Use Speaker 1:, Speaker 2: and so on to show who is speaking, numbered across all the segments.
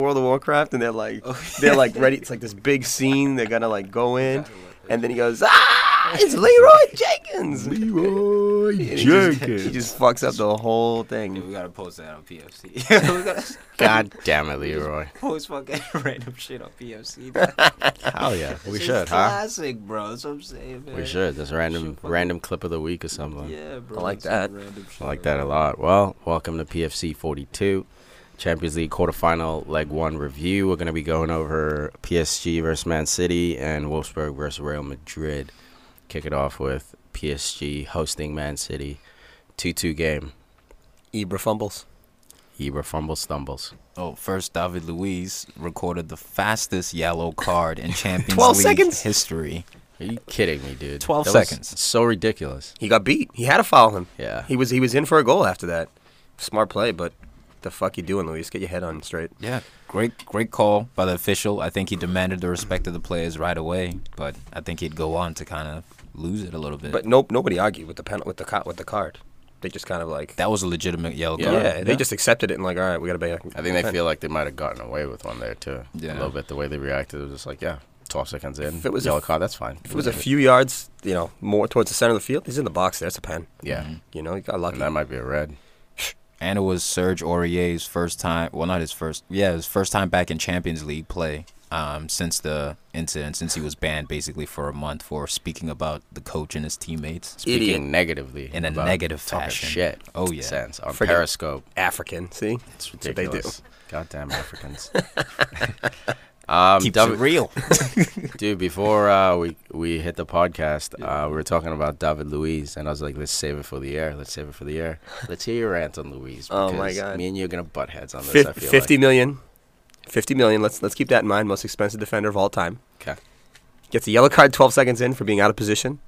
Speaker 1: World of Warcraft, and they're like, they're like ready. It's like this big scene. They're gonna like go in, and then he goes, ah, it's Leroy Jenkins. Leroy Jenkins. He just, he just fucks up the whole
Speaker 2: Dude,
Speaker 1: thing.
Speaker 2: we gotta post that on PFC. we gotta
Speaker 3: God damn it, Leroy.
Speaker 2: post fucking random shit on PFC.
Speaker 3: Hell yeah. We
Speaker 2: It's
Speaker 3: should, huh?
Speaker 2: Classic, bro. That's what I'm saying, man.
Speaker 3: We should. This random
Speaker 2: fucking-
Speaker 3: random clip of the week or something.
Speaker 2: Yeah, bro.
Speaker 1: I like that.
Speaker 2: that's some random shit,
Speaker 3: I like
Speaker 2: bro.
Speaker 3: that a lot. Well, welcome to PFC 42, Champions League quarterfinal leg one review. We're going to be going over PSG versus Man City and Wolfsburg versus Real Madrid. Kick it off with PSG hosting Man City. 2 2 game.
Speaker 1: Ibra fumbles.
Speaker 3: Ibra fumble stumbles.
Speaker 2: Oh, first, David Luiz recorded the fastest yellow card in Champions
Speaker 1: 12
Speaker 2: League
Speaker 1: seconds?
Speaker 2: history.
Speaker 3: Are you kidding me, dude?
Speaker 2: 12
Speaker 3: was
Speaker 2: seconds.
Speaker 3: so ridiculous.
Speaker 1: He got beat. He had to foul him.
Speaker 3: Yeah.
Speaker 1: He was he was in for a goal after that. Smart play, but the fuck you doing, Luis? Get your head on straight.
Speaker 2: Yeah, great, great call by the official. I think he demanded the respect of the players right away, but I think he'd go on to kind of lose it a little bit.
Speaker 1: But nope, nobody argued with the pen with the co- with the card. They just kind of like
Speaker 2: that was a legitimate yellow
Speaker 1: yeah,
Speaker 2: card.
Speaker 1: they just accepted it and like all right, we gotta pay.
Speaker 3: I think they feel like they might have gotten away with one there, too.
Speaker 2: Yeah.
Speaker 3: A little bit. The way they reacted was just like, yeah, 12 seconds in.
Speaker 1: If it was a
Speaker 3: yellow
Speaker 1: f-
Speaker 3: card, that's fine.
Speaker 1: If it was a few yards, you know, more towards the center of the field, he's in the box. There's a pen.
Speaker 3: Yeah.
Speaker 2: Mm-hmm.
Speaker 1: You know, he got lucky.
Speaker 3: And that might be a red.
Speaker 2: and it was Serge Aurier's first time. Well, not his first. Yeah, his first time back in Champions League play um, since the incident, since he was banned basically for a month for speaking about the coach and his teammates.
Speaker 3: speaking
Speaker 1: Idiot.
Speaker 3: negatively
Speaker 2: In a
Speaker 3: about
Speaker 2: negative
Speaker 3: talking
Speaker 2: fashion.
Speaker 3: Shit.
Speaker 2: Oh, yeah.
Speaker 3: Sense on
Speaker 1: Friggin-
Speaker 3: Periscope.
Speaker 1: African, see?
Speaker 3: It's
Speaker 1: That's what they do.
Speaker 3: ridiculous. Goddamn Africans. um,
Speaker 2: Keeps
Speaker 3: Dav-
Speaker 2: it real.
Speaker 3: dude, before uh, we we hit the podcast, uh, we were talking about David Luiz, and I was like, let's save it for the air. Let's save it for the air. Let's hear your rant on Luiz.
Speaker 1: Oh, my
Speaker 3: because
Speaker 1: God.
Speaker 3: Me and you are gonna butt heads on this. I
Speaker 1: Fif-
Speaker 3: feel
Speaker 1: 50
Speaker 3: Like.
Speaker 1: million. 50 million. Let's let's keep that in mind. Most expensive defender of all time.
Speaker 3: 'Kay.
Speaker 1: Gets a yellow card 12 seconds in for being out of position.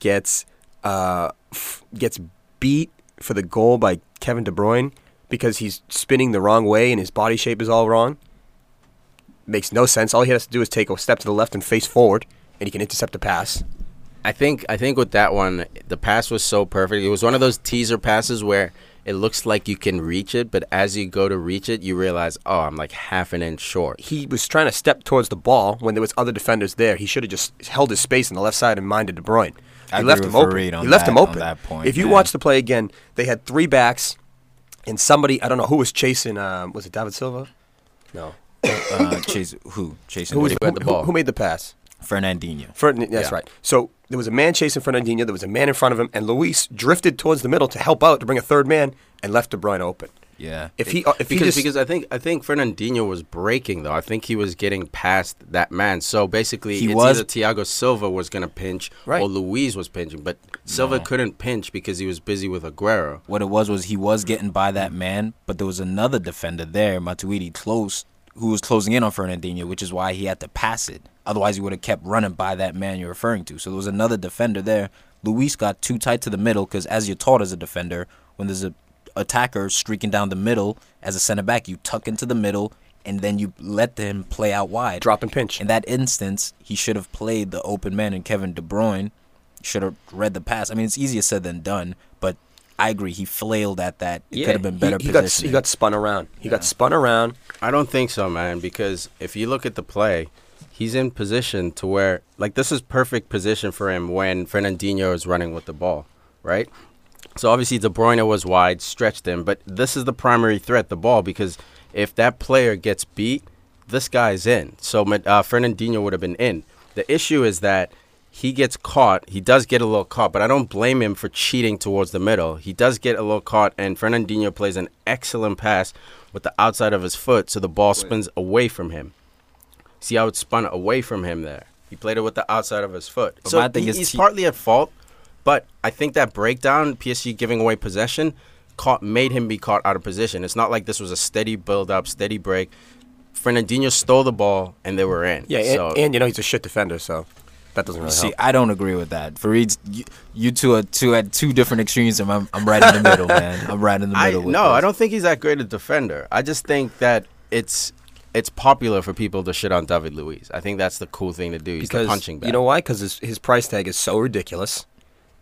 Speaker 1: Gets uh f- gets beat for the goal by Kevin De Bruyne because he's spinning the wrong way and his body shape is all wrong. Makes no sense. All he has to do is take a step to the left and face forward and he can intercept a pass.
Speaker 3: I think I think with that one, the pass was so perfect. It was one of those teaser passes where it looks like you can reach it, but as you go to reach it, you realize, oh, I'm like half an inch short.
Speaker 1: he was trying to step towards the ball when there was other defenders there. He should have just held his space on the left side and minded De Bruyne.
Speaker 2: I
Speaker 1: he
Speaker 2: agree
Speaker 1: left
Speaker 2: with
Speaker 1: him open.
Speaker 2: Fareed on
Speaker 1: he left
Speaker 2: that-
Speaker 1: him
Speaker 2: on
Speaker 1: open.
Speaker 2: that point,
Speaker 1: if you
Speaker 2: man.
Speaker 1: watch the play again, they had three backs, and somebody I don't know who was chasing. Um, was it David Silva? No.
Speaker 2: uh, chase who? Chasing
Speaker 1: Who was
Speaker 2: who?
Speaker 1: who,
Speaker 3: got the ball?
Speaker 1: who- who made the pass?
Speaker 2: Fernandinho.
Speaker 1: Ferdinand, that's
Speaker 3: Yeah.
Speaker 1: right. So there was a man chasing Fernandinho. There was a man in front of him, and Luis drifted towards the middle to help out to bring a third man and left De Bruyne open.
Speaker 2: Yeah.
Speaker 1: If he, uh, if he
Speaker 3: because
Speaker 1: just,
Speaker 3: because I think I think Fernandinho was breaking though. I think he was getting past that man. So basically,
Speaker 2: He
Speaker 3: it's
Speaker 2: was-
Speaker 3: either Thiago Silva was going to pinch
Speaker 1: Right.
Speaker 3: or Luis was pinching, but Silva couldn't pinch because he was busy with Aguero.
Speaker 2: what it was was he was getting by that man, but there was another defender there, Matuidi, close, who was closing in on Fernandinho, which is why he had to pass it. Otherwise, he would have kept running by that man you're referring to. So there was another defender there. Luis got too tight to the middle because, as you're taught as a defender, when there's a attacker streaking down the middle as a center back, you tuck into the middle and then you let him play out wide.
Speaker 1: Drop and pinch.
Speaker 2: In that instance, he should have played the open man and Kevin De Bruyne should have read the pass. I mean, it's easier said than done, but I agree. He flailed at that. It could have been better
Speaker 1: he, he got
Speaker 2: positioning.
Speaker 1: he got spun around. He got spun around.
Speaker 3: I don't think so, man. Because if you look at the play, he's in position to where like this is perfect position for him when Fernandinho is running with the ball, right? So obviously De Bruyne was wide, stretched him, but this is the primary threat, the ball, because if that player gets beat, this guy's in. So Ma- uh, Fernandinho would have been in. The issue is that he gets caught. He does get a little caught, but I don't blame him for cheating towards the middle. He does get a little caught, and Fernandinho plays an excellent pass with the outside of his foot, so the ball spins away from him. See how it spun away from him there. He played it with the outside of his foot.
Speaker 2: But
Speaker 3: so
Speaker 2: my thing
Speaker 3: he-
Speaker 2: is
Speaker 3: he's
Speaker 2: he-
Speaker 3: partly at fault, but I think that breakdown, PSG giving away possession, caught made him be caught out of position. It's not like this was a steady build up, steady break. Fernandinho stole the ball and they were in.
Speaker 1: Yeah, and,
Speaker 3: so
Speaker 1: and you know he's a shit defender, so that doesn't really
Speaker 2: See,
Speaker 1: help.
Speaker 2: I don't agree with that. Fareed's, you, you two are two at two different extremes, and I'm, I'm right in the middle, man. I'm right in the
Speaker 3: I
Speaker 2: middle.
Speaker 3: no,
Speaker 2: with
Speaker 3: I
Speaker 2: this.
Speaker 3: don't think he's that great a defender. I just think that it's it's popular for people to shit on David Luiz. I think that's the cool thing to do. He's the punching bag.
Speaker 1: you know why? Because his, his price tag is so ridiculous,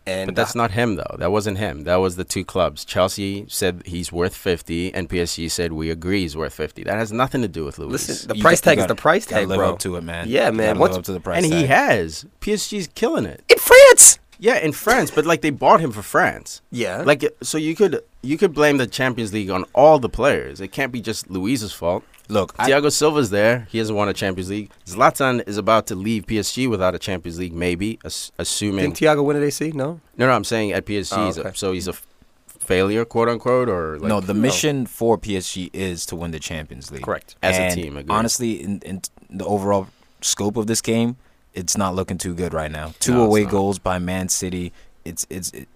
Speaker 1: And
Speaker 3: But that's
Speaker 1: the-
Speaker 3: not him though. That wasn't him. That was the two clubs. Chelsea said he's worth 50 and PSG said we agree he's worth 50. That has nothing to do with Luis.
Speaker 1: listen. The
Speaker 2: You
Speaker 1: price
Speaker 2: got-
Speaker 1: tag
Speaker 2: you
Speaker 1: is
Speaker 2: gotta-
Speaker 1: the price
Speaker 2: gotta
Speaker 1: tag,
Speaker 2: live
Speaker 1: bro.
Speaker 2: up to it, man.
Speaker 1: Yeah,
Speaker 2: You
Speaker 1: man.
Speaker 2: gotta
Speaker 1: What's-
Speaker 2: live up to the price
Speaker 3: and he
Speaker 2: tag.
Speaker 3: has. PSG's killing it.
Speaker 1: in France.
Speaker 3: Yeah, in France, but like they bought him for France.
Speaker 1: Yeah.
Speaker 3: Like so you could you could blame the Champions League on all the players. It can't be just Luis's fault.
Speaker 2: Look, I-
Speaker 3: Thiago Silva's there. He hasn't won a Champions League. Zlatan is about to leave PSG without a Champions League maybe, ass- assuming
Speaker 1: Didn't Thiago win at AC? No.
Speaker 3: No, no, I'm saying at PSG.
Speaker 1: Oh,
Speaker 3: he's a-
Speaker 1: okay.
Speaker 3: so he's a f- failure, quote unquote, or like
Speaker 2: no, the mission for PSG is to win the Champions League.
Speaker 1: Correct.
Speaker 3: As a
Speaker 2: And
Speaker 3: team, agreed.
Speaker 2: Honestly, in, in the overall scope of this game, it's not looking too good right now. Two
Speaker 3: No, it's
Speaker 2: away
Speaker 3: not.
Speaker 2: goals by Man City. It's it's. It,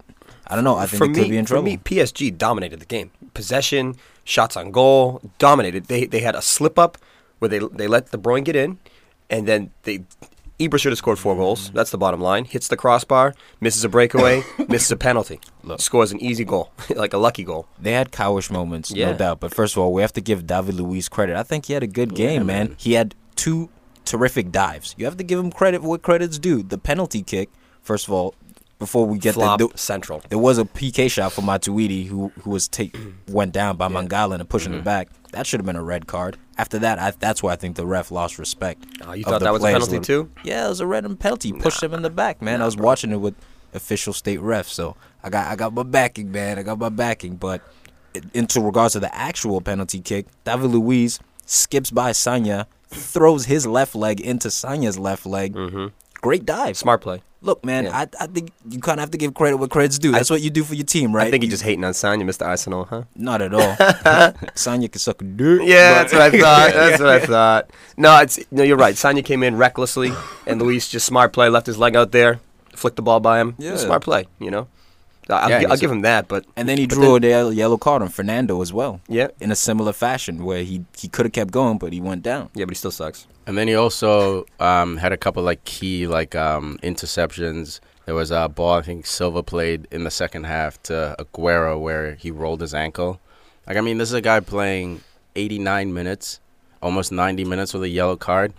Speaker 2: I don't know. I think
Speaker 1: for
Speaker 2: they
Speaker 1: me,
Speaker 2: could be in
Speaker 1: for
Speaker 2: trouble.
Speaker 1: me, PSG dominated the game. Possession, shots on goal, dominated. They they had a slip up where they they let De Bruyne get in, and then they. Ibra should have scored four
Speaker 2: Mm.
Speaker 1: goals. That's the bottom line. Hits the crossbar, misses a breakaway, misses a penalty,
Speaker 2: Look.
Speaker 1: scores an easy goal, like a lucky goal.
Speaker 2: They had cowish moments,
Speaker 1: Yeah.
Speaker 2: no doubt. But first of all, we have to give David Luiz credit. I think he had a good game, man.
Speaker 3: man.
Speaker 2: He had two terrific dives. You have to give him credit for what credit's due. The penalty kick, first of all, before we get
Speaker 1: Flop
Speaker 2: the,
Speaker 1: central.
Speaker 2: there was a PK shot for Matuidi who who was take went down by Mangala and pushing
Speaker 1: Mm-hmm.
Speaker 2: him back. That should have been a red card. After that, I, that's where I think the ref lost respect.
Speaker 1: Oh, you
Speaker 2: of
Speaker 1: thought
Speaker 2: the
Speaker 1: that was a
Speaker 2: players
Speaker 1: penalty
Speaker 2: little-
Speaker 1: too?
Speaker 2: Yeah, it was a red and penalty. He Pushed him in the back, man. I was watching it with official state refs, so I got I got my backing, man. I got my backing. But i- into regards to the actual penalty kick, David Luiz skips by Sanya, throws his left leg into Sanya's left leg. Great dive.
Speaker 1: Mm. Smart play.
Speaker 2: Look, man,
Speaker 1: Yeah.
Speaker 2: I, I think you kind of have to give credit what credit's due. That's what you do for your team, right?
Speaker 1: I think
Speaker 2: you
Speaker 1: you're just hating on Sanya, Mr. Arsenal, huh?
Speaker 2: not at all. Sonya can suck a dick.
Speaker 1: Yeah, that's what I thought. That's what I thought. No, it's no. You're right. Sanya came in recklessly, and Luis just smart play. Left his leg out there, flicked the ball by him. Yeah,
Speaker 2: Yeah.
Speaker 1: smart play. You know, I- I'll,
Speaker 3: Yeah,
Speaker 1: gi-
Speaker 3: he's
Speaker 1: I'll
Speaker 3: a-
Speaker 1: give him that. But
Speaker 2: And then he
Speaker 1: but
Speaker 2: drew a yellow- yellow card on Fernando as well.
Speaker 1: Yeah.
Speaker 2: In a similar fashion, where he he could have kept going, but he went down.
Speaker 1: yeah, but he still sucks.
Speaker 3: And then he also um, had a couple like key like um, interceptions. There was a ball I think Silva played in the second half to Aguero where he rolled his ankle. Like I mean, this is a guy playing 89 minutes, almost 90 minutes with a yellow card,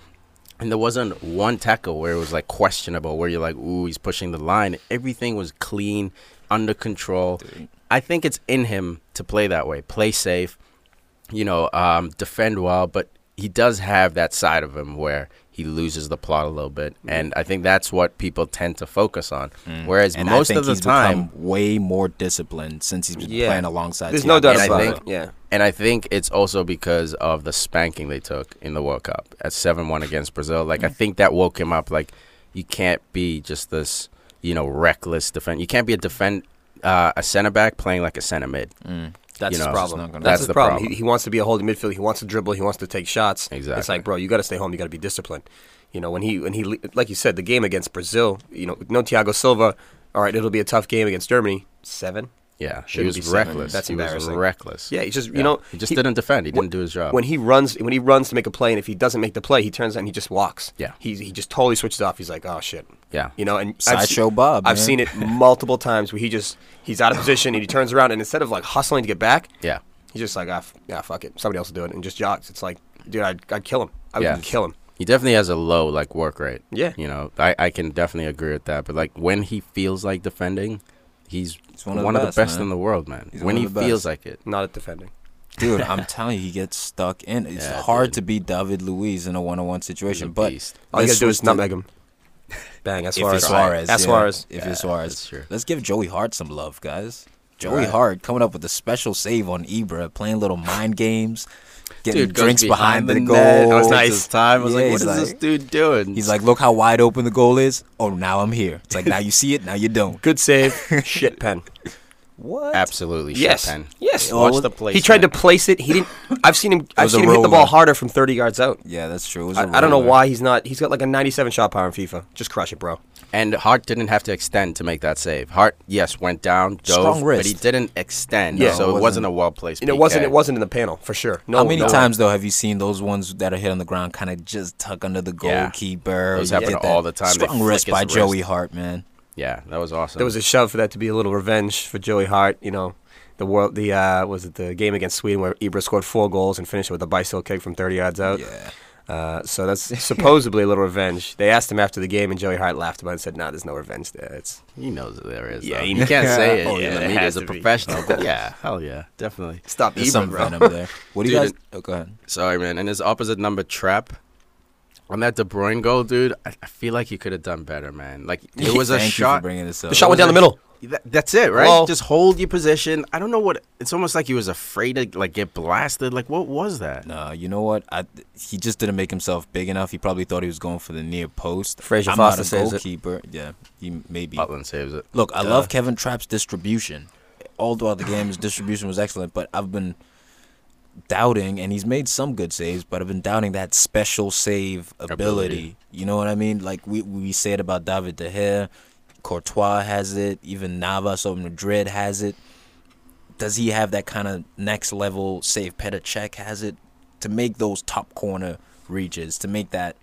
Speaker 3: and there wasn't one tackle where it was like questionable. Where you're like, ooh, he's pushing the line. Everything was clean, under control. I think it's in him to play that way, play safe, you know, um, defend well, but he does have that side of him where he loses the plot a little bit,
Speaker 2: Mm-hmm.
Speaker 3: and I think that's what people tend to focus on.
Speaker 1: Mm.
Speaker 3: Whereas
Speaker 2: Mm. And
Speaker 3: most
Speaker 2: I think
Speaker 3: of the
Speaker 2: he's
Speaker 3: time,
Speaker 2: become way more disciplined since he's been
Speaker 1: Yeah.
Speaker 2: playing alongside.
Speaker 1: There's no
Speaker 2: Thiago
Speaker 1: doubt
Speaker 3: I
Speaker 2: Silva.
Speaker 1: about
Speaker 3: think-
Speaker 1: it. Yeah,
Speaker 3: and I think it's also because of the spanking they took in the World Cup at seven one against Brazil. Like I think that woke him up. Like you can't be just this, you know, reckless defend. You can't be a defend uh, a center back playing like a center mid.
Speaker 1: that's
Speaker 3: You
Speaker 1: his
Speaker 3: know,
Speaker 1: problem.
Speaker 2: it's not gonna-
Speaker 1: That's,
Speaker 3: That's
Speaker 1: his
Speaker 3: the
Speaker 1: problem.
Speaker 3: problem.
Speaker 1: He, he wants to be a holding midfielder. He wants to dribble. He wants to take shots. It's
Speaker 3: Exactly.
Speaker 1: like, bro, you got to stay home. You got to be disciplined. You know, when he when he le- like you said, the game against Brazil. You know, no Thiago Silva. All right, it'll be a tough game against Germany. Seven.
Speaker 3: Yeah,
Speaker 1: Shouldn't
Speaker 3: he
Speaker 1: be
Speaker 3: was
Speaker 1: center mid.
Speaker 3: reckless.
Speaker 1: That's
Speaker 3: he was
Speaker 1: embarrassing.
Speaker 3: reckless.
Speaker 1: Yeah, he just you
Speaker 3: Yeah.
Speaker 1: know
Speaker 3: he just didn't defend. He
Speaker 1: when-
Speaker 3: didn't do his job.
Speaker 1: When he runs, when he runs to make a play, and if he doesn't make the play, he turns and he just walks.
Speaker 3: Yeah.
Speaker 1: he he just totally switches off. He's like, oh shit.
Speaker 3: Yeah.
Speaker 1: you know, and I've
Speaker 2: Sideshow
Speaker 1: se-
Speaker 2: Bob,
Speaker 1: I've
Speaker 2: man.
Speaker 1: seen it multiple times where he just he's out of position and he turns around and instead of like hustling to get back,
Speaker 3: yeah,
Speaker 1: he's just like, ah, f- yeah, fuck it, somebody else will do it, and just jogs. It's like, dude, I'd, I'd kill him. I would
Speaker 3: Yeah.
Speaker 1: kill him.
Speaker 3: he definitely has a low like work rate.
Speaker 1: Yeah.
Speaker 3: you know, I, I can definitely agree with that. But like when he feels like defending, he's, one of the best,
Speaker 2: man.
Speaker 3: in the world, man.
Speaker 2: He's
Speaker 3: when
Speaker 2: one
Speaker 3: he
Speaker 2: of the
Speaker 3: feels
Speaker 2: best.
Speaker 3: like it.
Speaker 1: Not at defending.
Speaker 2: dude. I'm telling you, he gets stuck in. It's
Speaker 3: Yeah,
Speaker 2: hard
Speaker 3: dude.
Speaker 2: to beat David Luiz in a one-on-one situation,
Speaker 3: He's a
Speaker 2: but
Speaker 3: beast.
Speaker 1: All you
Speaker 2: let's
Speaker 1: gotta do
Speaker 2: switch
Speaker 1: is
Speaker 2: to-
Speaker 1: nutmeg him. Bang, that's
Speaker 2: If you're
Speaker 1: Suarez.
Speaker 2: Suarez,
Speaker 1: That's
Speaker 2: yeah.
Speaker 1: Suarez.
Speaker 2: If
Speaker 3: Yeah,
Speaker 2: you're
Speaker 3: that's
Speaker 2: Suarez,
Speaker 3: true.
Speaker 2: let's give Joey Hart some love, guys. Joey
Speaker 3: Right.
Speaker 2: Hart coming up with a special save on Ibra, playing little mind games, getting
Speaker 3: goes
Speaker 2: drinks behind, the,
Speaker 3: net.
Speaker 2: goal.
Speaker 3: I was
Speaker 1: Nice.
Speaker 3: nice. His time. I was
Speaker 2: Yeah,
Speaker 3: like, what
Speaker 2: he's
Speaker 3: is this
Speaker 2: like-
Speaker 3: dude doing?
Speaker 2: He's like, look how wide open the goal is. Oh, now I'm here. It's like now you see it, now you don't.
Speaker 1: Good save. shit pen.
Speaker 2: What?
Speaker 3: absolutely shit
Speaker 1: Yes.
Speaker 3: pen.
Speaker 1: Yes.
Speaker 2: Oh,
Speaker 3: Watch the play.
Speaker 1: He tried to place it. He didn't. I've seen him. I've
Speaker 2: was a
Speaker 1: seen him hit the ball
Speaker 2: roller.
Speaker 1: harder from 30 yards out.
Speaker 2: Yeah, that's true. It was a
Speaker 1: I, I don't know
Speaker 2: roller.
Speaker 1: why he's not. He's got like a 97 shot power in FIFA. Just crush it, bro.
Speaker 3: and Hart didn't have to extend to make that save. Hart, yes, went down, dove,
Speaker 2: Strong
Speaker 3: but he
Speaker 2: wrist.
Speaker 3: didn't extend.
Speaker 1: Yeah.
Speaker 3: so it wasn't,
Speaker 2: Wasn't-
Speaker 3: a well placed.
Speaker 1: And it wasn't. It wasn't in the panel for sure. No.
Speaker 2: How many
Speaker 1: no.
Speaker 2: times though have you seen those ones that are hit on the ground, kind of just tuck under the
Speaker 3: Yeah.
Speaker 2: goalkeeper?
Speaker 3: Those
Speaker 2: You
Speaker 3: happen
Speaker 2: get
Speaker 3: all
Speaker 2: that
Speaker 3: the time. They
Speaker 2: Strong
Speaker 3: flick
Speaker 2: wrist
Speaker 3: his
Speaker 2: by
Speaker 3: wrist.
Speaker 2: Joey Hart, man.
Speaker 3: Yeah, that was awesome.
Speaker 1: There was a shove for that to be a little revenge for Joey Hart. You know, the world. The uh, was it the game against Sweden where Ibra scored four goals and finished with a bicycle kick from 30 yards out.
Speaker 2: Yeah.
Speaker 1: Uh, so that's supposedly a little revenge. They asked him after the game, and Joey Hart laughed about it and said, "Nah, there's no revenge there. It's
Speaker 3: He knows that there is.
Speaker 1: Yeah,
Speaker 3: though.
Speaker 1: he
Speaker 3: he
Speaker 1: knows.
Speaker 3: can't say it.
Speaker 1: Oh,
Speaker 3: yeah,
Speaker 1: yeah,
Speaker 3: in the
Speaker 1: it
Speaker 3: media
Speaker 1: has
Speaker 3: as a
Speaker 1: to be.
Speaker 3: professional. but yeah, hell yeah, definitely.
Speaker 1: stop
Speaker 2: There's
Speaker 1: Ibra,
Speaker 2: some
Speaker 1: bro."
Speaker 2: venom there. What do you
Speaker 3: Dude,
Speaker 2: guys? Oh, go ahead.
Speaker 3: Sorry, man. And his opposite number trap. On that De Bruyne goal, dude, I, I feel like he could have done better, man. Like it was a
Speaker 2: Thank You for
Speaker 3: shot.
Speaker 2: bringing this up.
Speaker 1: The shot went
Speaker 3: was
Speaker 1: down the middle.
Speaker 3: That, that's it, right?
Speaker 1: Well-
Speaker 3: Just hold your position. I don't know what. It's almost like he was afraid to like get blasted. Like what was that?
Speaker 2: No, you know what? I, he just didn't make himself big enough. He probably thought he was going for the near post.
Speaker 1: Fraser
Speaker 2: I'm
Speaker 1: Foster
Speaker 2: not a
Speaker 1: says it. Oh,
Speaker 2: goalkeeper. Yeah, he maybe.
Speaker 3: Butland saves it.
Speaker 2: Look, I love Kevin Trapp's distribution. All throughout the game, his distribution was excellent. But I've been doubting, and he's made some good saves, but I've been doubting that special save ability.
Speaker 3: Ability.
Speaker 2: You know what I mean? Like we we say it about David De Gea, Courtois has it, even Navas of Madrid has it. Does he have that kind of next level save? Petr Cech has it to make those top corner reaches, to make that.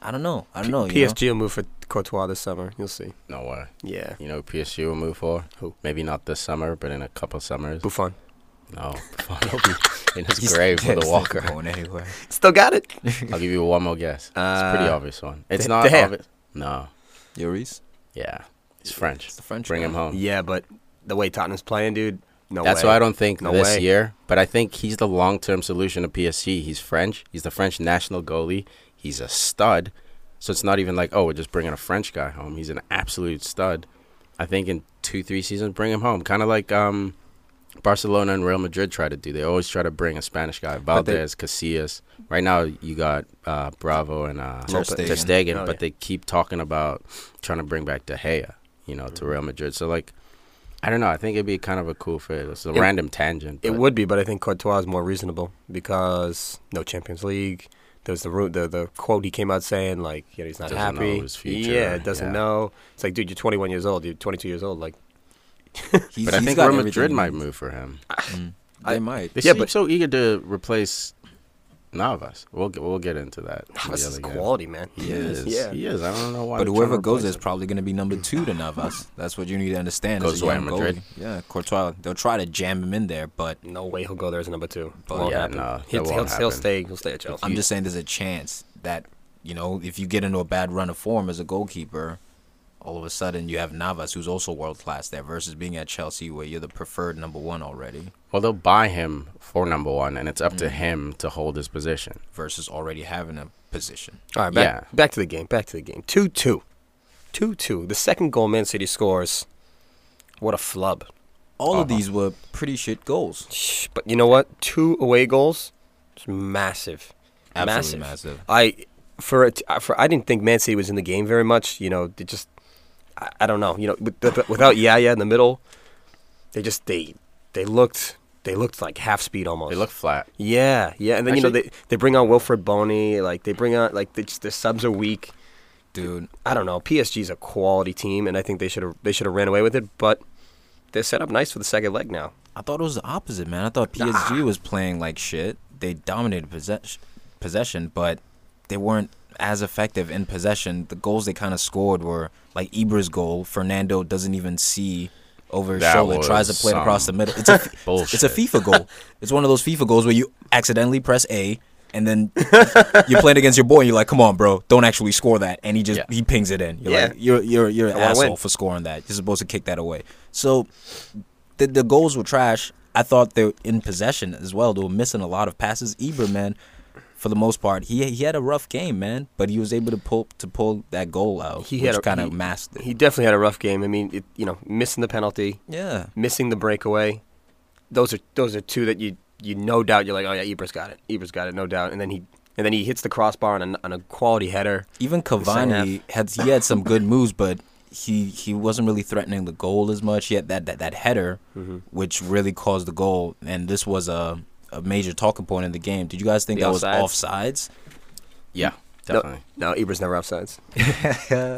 Speaker 2: I don't know. I don't know. you know?
Speaker 1: PSG will move for Courtois this summer. You'll see.
Speaker 3: No way.
Speaker 1: Yeah,
Speaker 3: You know, who PSG will move for who? Maybe not this summer, but in a couple summers.
Speaker 1: Buffon
Speaker 3: No, Buffon will be in his grave with a walker.
Speaker 2: going anywhere.
Speaker 1: still got it.
Speaker 3: I'll give you one more guess. it's a pretty
Speaker 1: Uh,
Speaker 3: obvious one. It's
Speaker 1: De-
Speaker 3: not
Speaker 1: De Gea.
Speaker 3: obvious. No.
Speaker 2: Lloris?
Speaker 3: Yeah. It's French.
Speaker 2: It's the French
Speaker 3: Bring
Speaker 2: guy.
Speaker 3: him home.
Speaker 1: Uh, Yeah, but the way Tottenham's playing, dude, no
Speaker 3: That's
Speaker 1: way.
Speaker 3: why I don't think
Speaker 1: No
Speaker 3: this
Speaker 1: way.
Speaker 3: year, but I think he's the long-term solution to PSG. He's French. He's the French national goalie. He's a stud. So it's not even like, oh, we're just bringing a French guy home. He's an absolute stud. I think in two, three seasons, bring him home. Kind of like um, Barcelona and Real Madrid try to do. They always try to bring a Spanish guy.
Speaker 2: they-
Speaker 3: Valdez, Casillas. Right now, you got uh, Bravo and uh,
Speaker 2: Ter
Speaker 3: Lopez- Ter
Speaker 2: Stegen.
Speaker 3: Stegen,
Speaker 1: Oh,
Speaker 3: but
Speaker 1: yeah.
Speaker 3: they keep talking about trying to bring back De Gea, you know,
Speaker 2: Mm-hmm.
Speaker 3: to Real Madrid. So like, I don't know. I think it'd be kind of a cool fit. It's a
Speaker 1: It-
Speaker 3: random tangent.
Speaker 1: It
Speaker 3: but
Speaker 1: would be, but I think Courtois is more reasonable because no Champions League. There's the ru- the the quote he came out saying like you know he's not
Speaker 3: Doesn't know
Speaker 1: happy.
Speaker 3: his future,
Speaker 1: Yeah, it doesn't
Speaker 3: yeah.
Speaker 1: know. It's like dude, you're 21 years old. You're 22 years old. Like
Speaker 2: He's,
Speaker 3: But I
Speaker 2: he's
Speaker 3: think
Speaker 2: got
Speaker 3: Real
Speaker 2: everything
Speaker 3: Madrid
Speaker 2: he
Speaker 3: might
Speaker 2: needs.
Speaker 3: move for him.
Speaker 2: They might.
Speaker 3: They
Speaker 1: Yeah,
Speaker 3: seem
Speaker 1: but-
Speaker 3: so eager to replace Navas. We'll get, we'll get into that. in
Speaker 1: this
Speaker 3: the
Speaker 1: is
Speaker 3: other game.
Speaker 1: quality, man.
Speaker 3: He is.
Speaker 1: Yeah.
Speaker 3: He is. I don't know why.
Speaker 2: But
Speaker 3: they're
Speaker 2: whoever
Speaker 3: trying to
Speaker 2: goes
Speaker 3: replace
Speaker 2: there's probably going to be number two to Navas. That's what you need to understand. as
Speaker 3: Goes
Speaker 2: a
Speaker 3: where,
Speaker 2: young
Speaker 3: Madrid?
Speaker 2: goalie. Yeah, Courtois. They'll try to jam him in there, but
Speaker 1: No way he'll go there as a number two.
Speaker 2: But
Speaker 1: Won't
Speaker 3: Oh, yeah,
Speaker 1: happen.
Speaker 3: no, that
Speaker 1: he'll,
Speaker 3: won't
Speaker 1: he'll, he'll
Speaker 3: happen.
Speaker 1: stay. He'll stay at Chelsea.
Speaker 2: I'm just saying there's a chance that, you know, if you get into a bad run of form as a goalkeeper, all of a sudden you have Navas, who's also world class there, versus being at Chelsea where you're the preferred number one already,
Speaker 3: Well, they'll buy him for number one, and it's up
Speaker 2: Mm-hmm.
Speaker 3: to him to hold his position.
Speaker 2: versus already having a position.
Speaker 1: All right, back,
Speaker 3: Yeah.
Speaker 1: back to the game. Back to the game. 2 2. 2 2. The second goal Man City scores. What a flub.
Speaker 2: All of
Speaker 3: Uh-huh.
Speaker 2: these were pretty shit goals.
Speaker 1: Shh, But you know what? Two away goals. It's massive.
Speaker 2: Absolutely massive.
Speaker 1: I for it for I didn't think Man City was in the game very much. You know, they just I, I don't know. You know, with, with- without Yaya in the middle, they just they they looked they looked like half speed almost.
Speaker 3: They look flat.
Speaker 1: yeah, yeah, and then you know
Speaker 3: Actually-
Speaker 1: they they bring on Wilfred Boney, like they bring on like they just their subs are weak.
Speaker 2: Dude,
Speaker 1: I don't know. PSG's a quality team, and I think they should have they should have ran away with it, but they're set up nice for the second leg now.
Speaker 2: I thought it was the opposite, man. I thought PSG was playing like shit. They dominated possess- possession, but they weren't as effective in possession. The goals they kind of scored were like Ibra's goal. Fernando doesn't even see over his
Speaker 3: That
Speaker 2: shoulder, tries to
Speaker 3: was
Speaker 2: play it across the
Speaker 3: some
Speaker 2: middle. It's a it's a
Speaker 3: bullshit.
Speaker 2: FIFA goal. It's one of those FIFA goals where you accidentally press A. And then you're playing against your boy, and you're like, "Come on, bro, don't actually score that." And he just
Speaker 3: Yeah.
Speaker 2: he pings it in. You're
Speaker 1: Yeah.
Speaker 2: like, "You're you're you're an
Speaker 1: I wanna
Speaker 2: asshole
Speaker 1: win.
Speaker 2: for scoring that. You're supposed to kick that away." So the, the goals were trash. I thought they were in possession as well. They were missing a lot of passes. Ibra, man, for the most part, he he had a rough game, man, but he was able to pull to pull that goal out,
Speaker 1: He had
Speaker 2: which
Speaker 1: a-
Speaker 2: kind
Speaker 1: he-
Speaker 2: of masked it.
Speaker 1: He definitely had a rough game. I mean, it, you know, missing the penalty,
Speaker 2: yeah,
Speaker 1: missing the breakaway. Those are those are two that you you no doubt you're like, oh yeah, Ibra's got it. Ibra's got it, no doubt. And then he and then he hits the crossbar on a, on a quality header.
Speaker 2: even
Speaker 1: second
Speaker 2: Cavani had he had some good moves, but he he wasn't really threatening the goal as much. He had that that, that header,
Speaker 1: Mm-hmm.
Speaker 2: which really caused the goal, and this was a a major talking point in the game. Did you guys think
Speaker 1: The
Speaker 2: that was offsides?
Speaker 3: Yeah,
Speaker 1: No-
Speaker 3: definitely.
Speaker 1: No, Ibra's never offsides.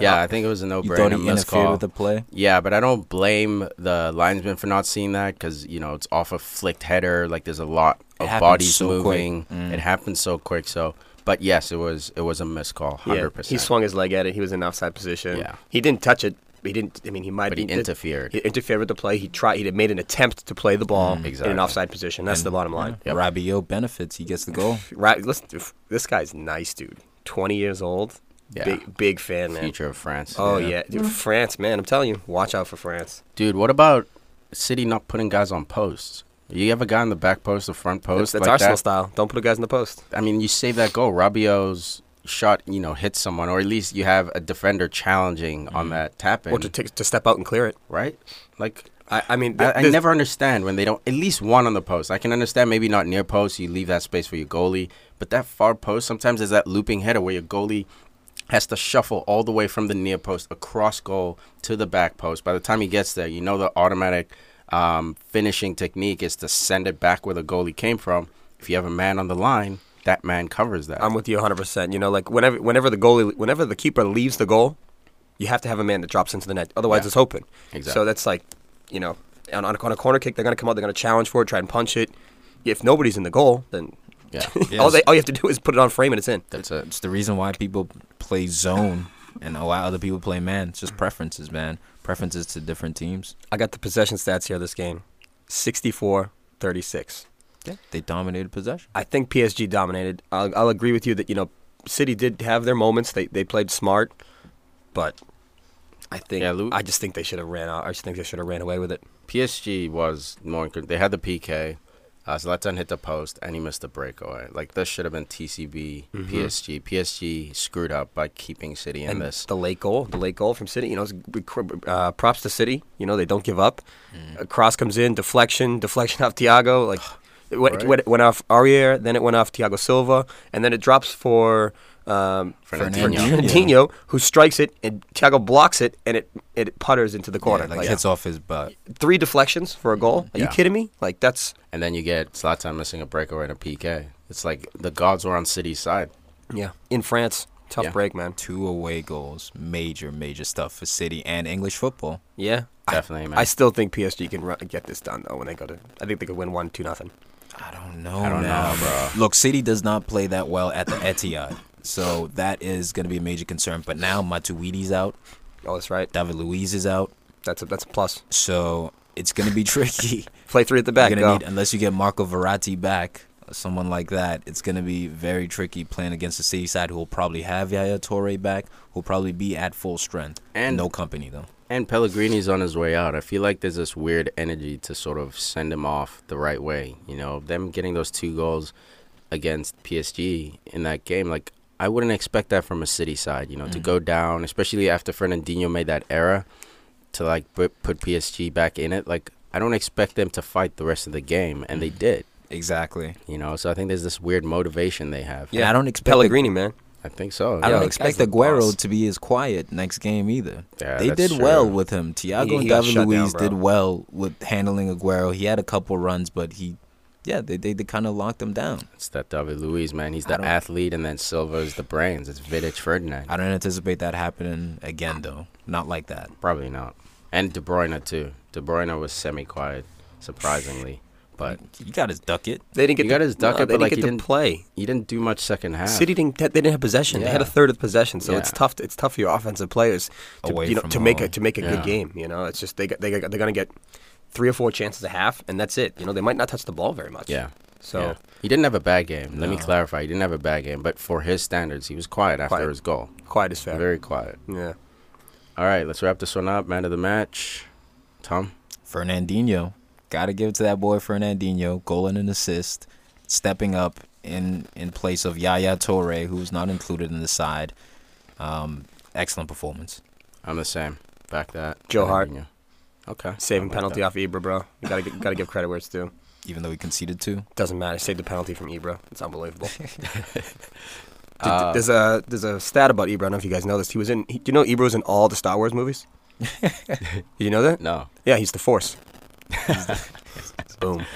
Speaker 3: Yeah, I think it was a no-brainer.
Speaker 2: You thought he
Speaker 3: missed
Speaker 2: interfered
Speaker 3: call.
Speaker 2: with the play?
Speaker 3: Yeah, but I don't blame the linesman for not seeing that because you know it's off a flicked header. Like there's a lot
Speaker 2: It
Speaker 3: of
Speaker 2: happens
Speaker 3: bodies
Speaker 2: so
Speaker 3: moving.
Speaker 2: quick. Mm.
Speaker 3: It happens so quick. So, but yes, it was it was a miscall, hundred
Speaker 1: Yeah, he
Speaker 3: percent.
Speaker 1: swung his leg at it. He was in offside position.
Speaker 3: Yeah.
Speaker 1: he didn't touch it. he didn't. I mean, he might
Speaker 3: But he
Speaker 1: be-
Speaker 3: interfered. Mm,
Speaker 1: He interfered with the play. He tried. He had made an attempt to play the ball in
Speaker 3: Exactly.
Speaker 1: an offside position. That's the bottom line.
Speaker 2: Yep. Rabiot benefits. He gets the goal.
Speaker 1: Right. Listen, if- this guy's nice, dude. Twenty years old.
Speaker 3: Yeah.
Speaker 1: Big big fan, man.
Speaker 3: Future of France.
Speaker 1: Oh yeah, dude. France, man. I'm telling you, watch out for France.
Speaker 3: Dude, what about City not putting guys on posts? You ever guy on the back post, the front
Speaker 1: That's,
Speaker 3: post?
Speaker 1: that's
Speaker 3: like
Speaker 1: Arsenal
Speaker 3: that?
Speaker 1: style. Don't put the guys in the post.
Speaker 3: I mean, you save that goal. Rabiot's shot, you know, hits someone, or at least you have a defender challenging on that tap in,
Speaker 1: Mm. Or to, take to step out and clear it.
Speaker 3: right? Like,
Speaker 1: I, I mean,
Speaker 3: I,
Speaker 1: th-
Speaker 3: I
Speaker 1: there's-
Speaker 3: never understand when they don't at least one on the post. I can understand maybe not near post, you leave that space for your goalie, but that far post sometimes is that looping header where your goalie has to shuffle all the way from the near post across goal to the back post. By the time he gets there, you know the automatic um, finishing technique is to send it back where the goalie came from. If you have a man on the line, that man covers that.
Speaker 1: I'm with you 100. percent You know, like whenever whenever the goalie, whenever the keeper leaves the goal, you have to have a man that drops into the net. Otherwise,
Speaker 3: Yeah.
Speaker 1: it's open.
Speaker 3: Exactly.
Speaker 1: So that's like, you know, on, on, a, on a corner kick, they're gonna come out, they're gonna challenge for it, try and punch it. If nobody's in the goal, then
Speaker 3: yeah,
Speaker 1: all they all you have to do is put it on frame and it's in.
Speaker 3: that's it.
Speaker 2: It's the reason why people play zone and allow other people play man. It's just preferences, man. Preferences to different teams.
Speaker 1: I got the possession stats here. This game, 64-36.
Speaker 2: They dominated possession.
Speaker 1: I think PSG dominated. I'll, I'll agree with you that you know City did have their moments. They they played smart, but I think
Speaker 3: Yeah, Lou-
Speaker 1: I just think they should have ran out. I just think they should have ran away with it.
Speaker 3: PSG was more. in con- They had the PK. Uh, Zlatan hit the post and he missed the breakaway. Like this should have been TCB PSG. PSG screwed up by keeping City in
Speaker 1: and
Speaker 3: this.
Speaker 1: the late goal, the late goal from City. You know, it's big cr- uh, props to City. You know, they don't give up.
Speaker 3: Mm.
Speaker 1: A cross comes in, deflection, deflection off Thiago. Like it went,
Speaker 3: Right.
Speaker 1: it went, it went off Aurier, then it went off Thiago Silva, and then it drops for. Um,
Speaker 3: Fernandinho.
Speaker 1: Fernandinho, who strikes it, and Thiago blocks it, and it it putters into the corner.
Speaker 2: Yeah, like,
Speaker 1: Like,
Speaker 2: hits off his butt.
Speaker 1: three deflections for a goal? Are
Speaker 3: Yeah.
Speaker 1: you kidding me? Like that's
Speaker 3: and then you get Zlatan missing a breakaway and a PK. It's like the gods were on City's side.
Speaker 1: yeah in France, tough
Speaker 3: Yeah.
Speaker 1: break, man.
Speaker 2: Two away goals. Major, major stuff for City and English football.
Speaker 1: Yeah,
Speaker 3: Definitely, man.
Speaker 1: I still think PSG can run, get this done though when they go to. I think they could win one two nothing.
Speaker 2: I don't know.
Speaker 3: don't
Speaker 2: now,
Speaker 3: know,
Speaker 2: bro. Look, City does not play that well at the Etihad. So that is going to be a major concern. But now Matuidi's out.
Speaker 1: Oh, that's right.
Speaker 2: David Luiz is out.
Speaker 1: That's a, that's a plus.
Speaker 2: So it's going to be tricky.
Speaker 1: Play three at the back.
Speaker 2: You're
Speaker 1: Go.
Speaker 2: gonna need, unless you get Marco Verratti back, someone like that, it's gonna be very tricky playing against the City side who will probably have Yaya Torre back, who'll probably be at full strength.
Speaker 3: And-
Speaker 2: no company though.
Speaker 3: and Pellegrini's on his way out. I feel like there's this weird energy to sort of send him off the right way. You know, them getting those two goals against PSG in that game, like I wouldn't expect that from a City side. You know,
Speaker 2: Mm.
Speaker 3: to go down, especially after Fernandinho made that error, to like put, put PSG back in it. Like I don't expect them to fight the rest of the game, and
Speaker 2: Mm.
Speaker 3: they did.
Speaker 2: Exactly.
Speaker 3: You know, so I think there's this weird motivation they have.
Speaker 2: Yeah, I don't expect
Speaker 1: Pellegrini, man.
Speaker 3: I think so.
Speaker 2: I don't
Speaker 1: Yeah,
Speaker 2: expect
Speaker 1: as the
Speaker 2: Aguero
Speaker 1: boss.
Speaker 2: to be as quiet next game either.
Speaker 3: Yeah,
Speaker 2: they
Speaker 3: that's
Speaker 2: did
Speaker 3: true.
Speaker 2: well with him. Thiago
Speaker 1: He-
Speaker 2: and
Speaker 1: he got
Speaker 2: David
Speaker 1: shut down,
Speaker 2: Luiz
Speaker 1: bro.
Speaker 2: did well with handling Aguero. He had a couple runs, but he, yeah, they they, they kind of locked him down.
Speaker 3: It's that David Luiz, man. He's
Speaker 2: I
Speaker 3: the
Speaker 2: don't-
Speaker 3: athlete, and then Silva is the brains. It's Vidic Ferdinand.
Speaker 2: I don't anticipate that happening again though. Not like that.
Speaker 3: Probably not. And De Bruyne too. De Bruyne was semi-quiet, surprisingly, but
Speaker 2: He got his ducket.
Speaker 1: They didn't get.
Speaker 3: He
Speaker 1: to,
Speaker 3: got his duck
Speaker 1: no,
Speaker 3: up,
Speaker 1: they didn't
Speaker 3: but, like,
Speaker 1: get
Speaker 3: he
Speaker 1: to
Speaker 3: didn't-
Speaker 1: play.
Speaker 3: he didn't do much second half.
Speaker 1: City didn't. They didn't have possession. They had a
Speaker 3: Yeah.
Speaker 1: third of the possession, so
Speaker 3: Yeah.
Speaker 1: it's tough. It's tough for your offensive players to
Speaker 2: Away
Speaker 1: you know
Speaker 2: from
Speaker 1: to make a
Speaker 2: home.
Speaker 1: to make a
Speaker 3: Yeah.
Speaker 1: good game. You know, it's just they got- they got- they're gonna get three or four chances a half, and that's it. You know, they might not touch the ball very much.
Speaker 3: Yeah.
Speaker 1: So
Speaker 3: yeah. he didn't have a bad game. Let me
Speaker 2: No.
Speaker 3: clarify. He didn't have a bad game, but for his standards, he was quiet after
Speaker 1: Quiet.
Speaker 3: his goal.
Speaker 1: quiet is fair.
Speaker 3: Very quiet.
Speaker 1: yeah.
Speaker 3: All right, let's wrap this one up. Man of the match, Tom.
Speaker 2: Fernandinho. Got to give it to that boy Fernandinho. Goal and an assist. Stepping up in, in place of Yaya Torre, who's not included in the side. Um, excellent performance.
Speaker 3: I'm the same. Back that.
Speaker 1: Joe Hart.
Speaker 3: Fernandinho. Okay.
Speaker 1: Saving
Speaker 3: I like
Speaker 1: penalty
Speaker 3: that.
Speaker 1: off Ibra, bro. You gotta get, gotta give credit where it's due.
Speaker 2: Even though he conceded two.
Speaker 1: Doesn't matter. Saved the penalty from Ibra. It's unbelievable. Th- th-
Speaker 3: Uh,
Speaker 1: there's a there's a stat about Ibra. I don't know if you guys know this. He was in. He, do you know Ibra was in all the Star Wars movies? Did you know that?
Speaker 3: No.
Speaker 1: Yeah, he's the Force. Boom.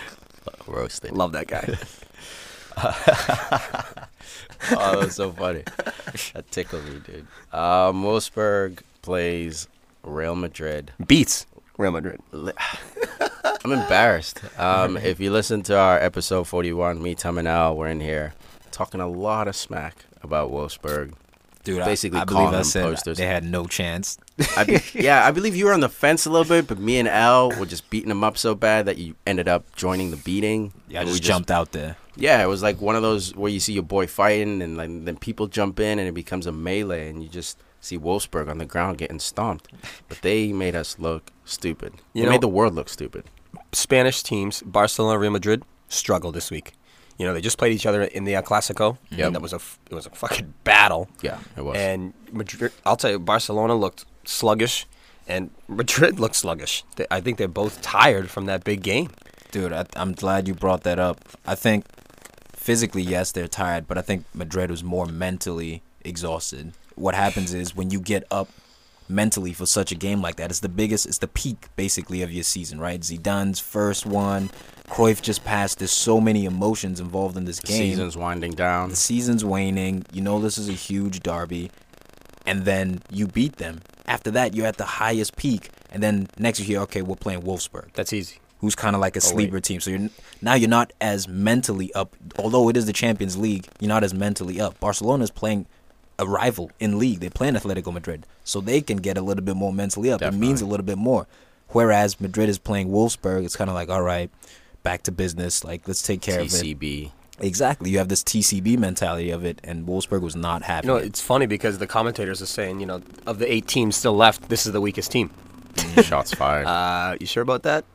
Speaker 3: Roasted.
Speaker 1: Love that guy.
Speaker 3: oh, that was so funny. That tickled me, dude. Uh, Wolfsburg plays Real Madrid.
Speaker 1: Beats Real Madrid.
Speaker 3: I'm embarrassed. Um, if you listen to our episode 41, me, Tom, and Al, we're in here talking a lot of smack about Wolfsburg.
Speaker 2: Dude, I-
Speaker 3: basically
Speaker 2: I,
Speaker 3: calling
Speaker 2: believe I
Speaker 3: them
Speaker 2: said
Speaker 3: posters.
Speaker 2: they had no chance.
Speaker 3: I be- yeah, I believe you were on the fence a little bit, but me and Al were just beating him up so bad that you ended up joining the beating.
Speaker 2: Yeah, I
Speaker 3: And
Speaker 2: just,
Speaker 3: we
Speaker 2: jumped out there.
Speaker 3: Yeah, it was like one of those where you see your boy fighting, and like, then people jump in, and it becomes a melee, and you just see Wolfsburg on the ground getting stomped. But they made us look stupid.
Speaker 1: You
Speaker 3: they
Speaker 1: know-
Speaker 3: made the world look stupid.
Speaker 1: Spanish teams, Barcelona, Real Madrid, struggle this week. You know, they just played each other in the uh, Clasico,
Speaker 3: Yep.
Speaker 1: and that was a f- it was a fucking battle.
Speaker 3: Yeah, it was.
Speaker 1: And Madrid, I'll tell you, Barcelona looked sluggish, and Madrid looked sluggish. They, I think they're both tired from that big game.
Speaker 2: Dude, I, I'm glad you brought that up. I think physically, yes, they're tired, but I think Madrid was more mentally exhausted. What happens is when you get up mentally for such a game like that, it's the biggest, it's the peak basically of your season, right? Zidane's first one, Cruyff just passed. There's so many emotions involved in this
Speaker 3: the
Speaker 2: game.
Speaker 3: season's winding down.
Speaker 2: The season's waning. You know this is a huge derby, and then you beat them. After that, you're at the highest peak, and then next you hear, okay, we're playing Wolfsburg
Speaker 1: That's easy.
Speaker 2: who's kind of like a
Speaker 1: Oh, wait.
Speaker 2: sleeper team. So you're n- now you're not as mentally up. Although it is the Champions League, you're not as mentally up. Barcelona's playing a rival in league. They're playing Atletico Madrid, so they can get a little bit more mentally up. It means a little bit more. Whereas Madrid is playing Wolfsburg, it's kind of like all right, back to business. Like let's take care of it.
Speaker 3: TCB.
Speaker 2: Exactly. You have this TCB mentality of it, and Wolfsburg was not happy.
Speaker 1: You know, it's funny because the commentators are saying, you know, of the eight teams still left, this is the weakest team.
Speaker 3: Shots fired.
Speaker 1: Uh, you sure about that?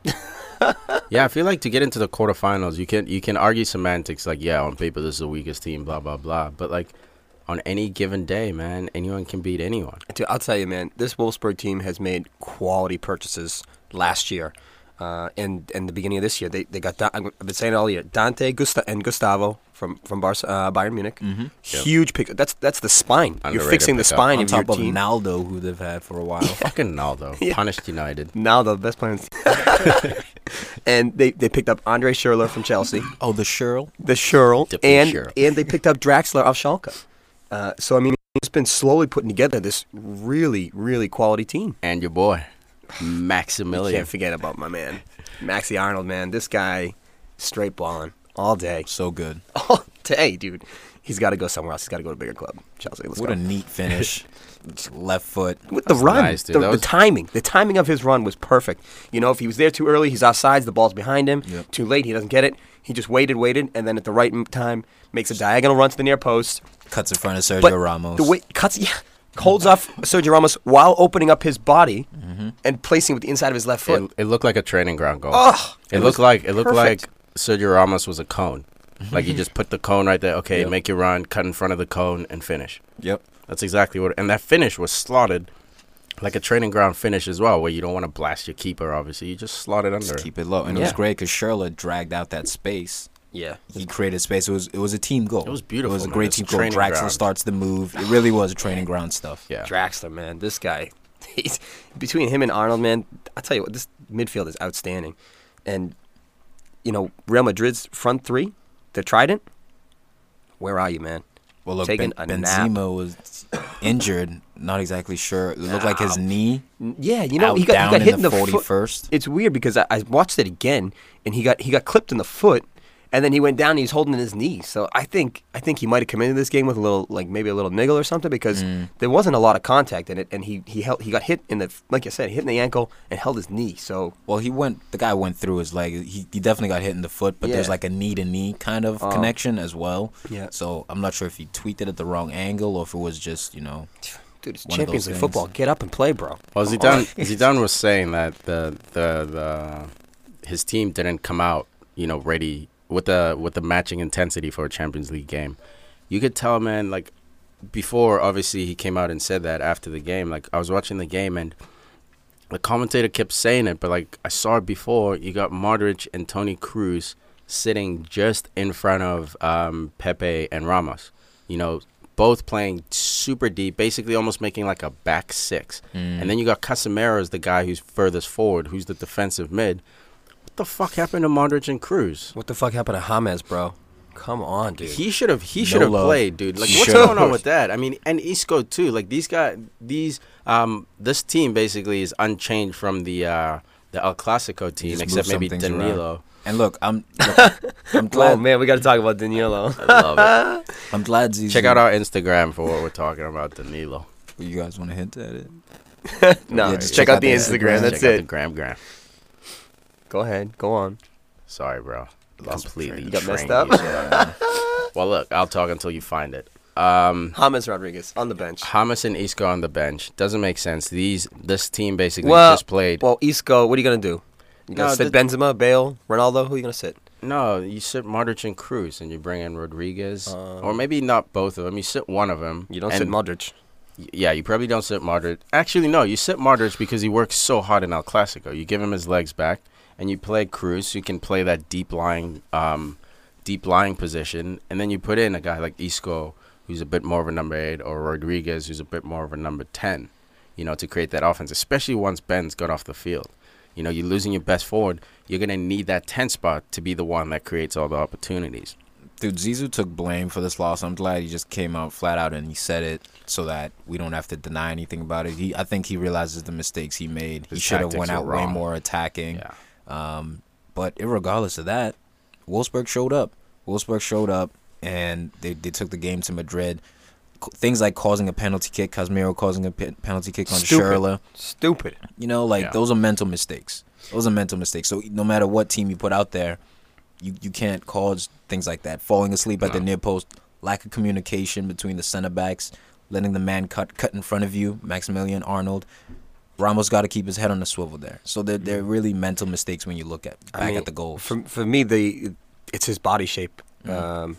Speaker 3: Yeah, I feel like to get into the quarterfinals, you can you can argue semantics like, yeah, on paper this is the weakest team, blah blah blah. But like on any given day, man, anyone can beat anyone.
Speaker 1: Dude, I'll tell you, man, this Wolfsburg team has made quality purchases last year. Uh, and and the beginning of this year, they, they got Da- I've been saying it all year Dante Gusta- and Gustavo from from Barca, uh, Bayern Munich, huge pick. That's that's the spine. You're
Speaker 3: Mm-hmm. Underrated
Speaker 1: fixing the
Speaker 3: pickup.
Speaker 1: spine
Speaker 2: on
Speaker 1: of your
Speaker 2: top of
Speaker 1: team.
Speaker 2: Naldo, who they've had for a while.
Speaker 3: Fucking Naldo. Punished United.
Speaker 1: now the best player. in the- and they, they picked up Andre Schurrle from Chelsea,
Speaker 2: oh, the Sherl.
Speaker 1: the Schurrle,
Speaker 3: Dipping
Speaker 1: and
Speaker 3: Schürrle.
Speaker 1: and they picked up Draxler off Schalke. Uh, so I mean, it's been slowly putting together this really really quality team.
Speaker 3: And your boy.
Speaker 1: You
Speaker 3: Maximilian.
Speaker 1: can't forget about my man, Maxi Arnold. Man, this guy straight balling all day,
Speaker 2: So good.
Speaker 1: all day, dude. He's got to go somewhere else. He's got to go to a bigger club. Chelsea. Let's
Speaker 2: What
Speaker 1: go.
Speaker 2: a neat finish. Left foot.
Speaker 1: With the
Speaker 3: That's
Speaker 1: run,
Speaker 3: nice, dude.
Speaker 1: the,
Speaker 3: That
Speaker 1: the
Speaker 3: was-
Speaker 1: timing, the timing of his run was perfect. You know, if he was there too early, he's offsides. The ball's behind him.
Speaker 2: Yep.
Speaker 1: Too late, he doesn't get it. He just waited, waited, and then at the right m- time, makes a diagonal run to the near post.
Speaker 2: Cuts in front of Sergio
Speaker 1: But
Speaker 2: Ramos.
Speaker 1: the way cuts, yeah, holds off Sergio Ramos while opening up his body and placing it with the inside of his left foot.
Speaker 3: Mm-hmm. It, it looked like a training ground goal.
Speaker 1: Oh,
Speaker 3: it, looked like it looked
Speaker 1: perfect.
Speaker 3: like Sergio Ramos was a cone. like you just put the cone right there. Okay,
Speaker 2: Yep.
Speaker 3: make your run, cut in front of the cone, and finish.
Speaker 2: yep.
Speaker 3: That's exactly what. And that finish was slotted like a training ground finish as well, where you don't want to blast your keeper. Obviously, you just slot it under.
Speaker 2: Just keep it low. And it was
Speaker 3: Yeah.
Speaker 2: great because Sherla dragged out that space.
Speaker 1: yeah.
Speaker 2: He created space. It was it was a team goal.
Speaker 3: It was
Speaker 2: It
Speaker 3: beautiful,
Speaker 2: was a
Speaker 3: man.
Speaker 2: great
Speaker 3: It's
Speaker 2: team
Speaker 3: a
Speaker 2: goal.
Speaker 3: training
Speaker 2: Draxler
Speaker 3: ground.
Speaker 2: starts the move. It really was training ground stuff.
Speaker 3: Yeah.
Speaker 1: Draxler, man, this guy, he's between him and Arnold, man. I tell you what, this midfield is outstanding, and you know Real Madrid's front three, the Trident. Where are you, man?
Speaker 2: Well, look,
Speaker 1: Taking
Speaker 2: ben,
Speaker 1: a nap.
Speaker 2: Benzema was injured. Not exactly sure. It looked like his
Speaker 1: Nah.
Speaker 2: knee.
Speaker 1: N- Yeah, you know
Speaker 2: Out
Speaker 1: he got,
Speaker 2: down
Speaker 1: he got
Speaker 2: in
Speaker 1: hit in
Speaker 2: the
Speaker 1: the foot.
Speaker 2: 41st.
Speaker 1: It's weird because I, I watched it again, and he got he got clipped in the foot, and then he went down. and He's holding his knee, so I think I think he might have come into this game with a little like maybe a little niggle or something because
Speaker 2: Mm.
Speaker 1: there wasn't a lot of contact in it, and he he held, he got hit in the like I said, hit in the ankle and held his knee. So
Speaker 2: Well, he went. The guy went through his leg. He, he definitely got hit in the foot, but there's
Speaker 1: Yeah. Oh.
Speaker 2: like a knee to knee kind of connection as well.
Speaker 1: Yeah.
Speaker 2: So I'm not sure if he tweaked it at the wrong angle or if it was just you know
Speaker 1: Dude, it's
Speaker 2: One of
Speaker 1: Champions
Speaker 2: those
Speaker 1: League
Speaker 2: things.
Speaker 1: football. Get up and play, bro. Oh.
Speaker 3: Well,
Speaker 1: Come
Speaker 3: Zidane,
Speaker 1: on.
Speaker 3: Zidane was saying that the the the his team didn't come out, you know, ready with the with the matching intensity for a Champions League game. You could tell, man. Like before, obviously he came out and said that after the game. Like I was watching the game and the commentator kept saying it, but like I saw it before. You got Modric and Tony Cruz sitting just in front of um, Pepe and Ramos. You know, both playing super deep, basically almost making like a back six. And then you got Casemiro as the guy who's furthest forward, who's the defensive mid. What the fuck happened to Modric and Cruz?
Speaker 1: What the fuck happened to James, bro? Come on, dude.
Speaker 3: He should have. He
Speaker 2: No
Speaker 3: should have
Speaker 2: love.
Speaker 3: played, dude. Like,
Speaker 2: He
Speaker 3: what's
Speaker 2: should've.
Speaker 3: going on with that? I mean, and Isco too. Like these guys, these um, this team basically is unchanged from the uh the El Clasico team,
Speaker 2: just
Speaker 3: except
Speaker 2: move some
Speaker 3: maybe
Speaker 2: things around.
Speaker 3: Danilo.
Speaker 2: And look, I'm look, I'm glad
Speaker 1: Oh man, we got to talk about Danilo.
Speaker 3: I love
Speaker 2: I'm glad
Speaker 3: it.
Speaker 2: Zizou.
Speaker 3: Check out our Instagram for what we're talking about, Danilo.
Speaker 2: You guys want to hint at it?
Speaker 1: no,
Speaker 2: Yeah,
Speaker 1: just check, out the Instagram. That's
Speaker 3: Check out the
Speaker 1: it.
Speaker 3: Gram Gram.
Speaker 1: Go ahead, go on.
Speaker 3: Sorry, bro. Completely
Speaker 1: You got messed
Speaker 3: trained
Speaker 1: up?
Speaker 3: you. Well, look, I'll talk until you find it. Um,
Speaker 1: James Rodriguez on the bench.
Speaker 3: Hamas and Isco on the bench doesn't make sense. These this team basically
Speaker 1: Well-
Speaker 3: just played.
Speaker 1: Well, Isco, what are you gonna do? You gonna
Speaker 3: No,
Speaker 1: sit
Speaker 3: the-
Speaker 1: Benzema, Bale, Ronaldo? Who are you gonna sit?
Speaker 3: no, you sit Modric and Cruz, and you bring in Rodriguez,
Speaker 1: Um,
Speaker 3: or maybe not both of them. You sit one of them.
Speaker 1: You don't
Speaker 3: and
Speaker 1: sit Modric.
Speaker 3: Y- Yeah, you probably don't sit Modric. Actually, no, you sit Modric because he works so hard in El Clasico. You give him his legs back, and you play Cruz, who can play that deep lying, um, deep lying position, and then you put in a guy like Isco, who's a bit more of a number eight, or Rodriguez, who's a bit more of a number ten. You know, to create that offense, especially once Ben's got off the field. You know, you're losing your best forward. You're gonna need that ten spot to be the one that creates all the opportunities.
Speaker 2: Dude, Zizou took blame for this loss. I'm glad he just came out flat out and he said it so that we don't have to deny anything about it. He, I think he realizes the mistakes he made.
Speaker 3: His
Speaker 2: he should have
Speaker 3: tactics
Speaker 2: went
Speaker 3: were
Speaker 2: out way
Speaker 3: wrong.
Speaker 2: more attacking.
Speaker 3: Yeah.
Speaker 2: Um, but regardless of that, Wolfsburg showed up. Wolfsburg showed up, and they, they took the game to Madrid. C- Things like causing a penalty kick, Casemiro causing a pe- penalty kick on
Speaker 1: Stupid.
Speaker 2: Schürrle.
Speaker 1: Stupid.
Speaker 2: You know, like
Speaker 3: Yeah.
Speaker 2: those are mental mistakes. Those are mental mistakes. So no matter what team you put out there, you, you can't cause things like that. Falling asleep at the
Speaker 3: No.
Speaker 2: near post, lack of communication between the center backs, letting the man cut cut in front of you, Maximilian Arnold. Ramos got to keep his head on the swivel there. So they're, they're really mental mistakes when you look at back
Speaker 1: I mean,
Speaker 2: at the goals.
Speaker 1: For for me, the it's his body shape. Um,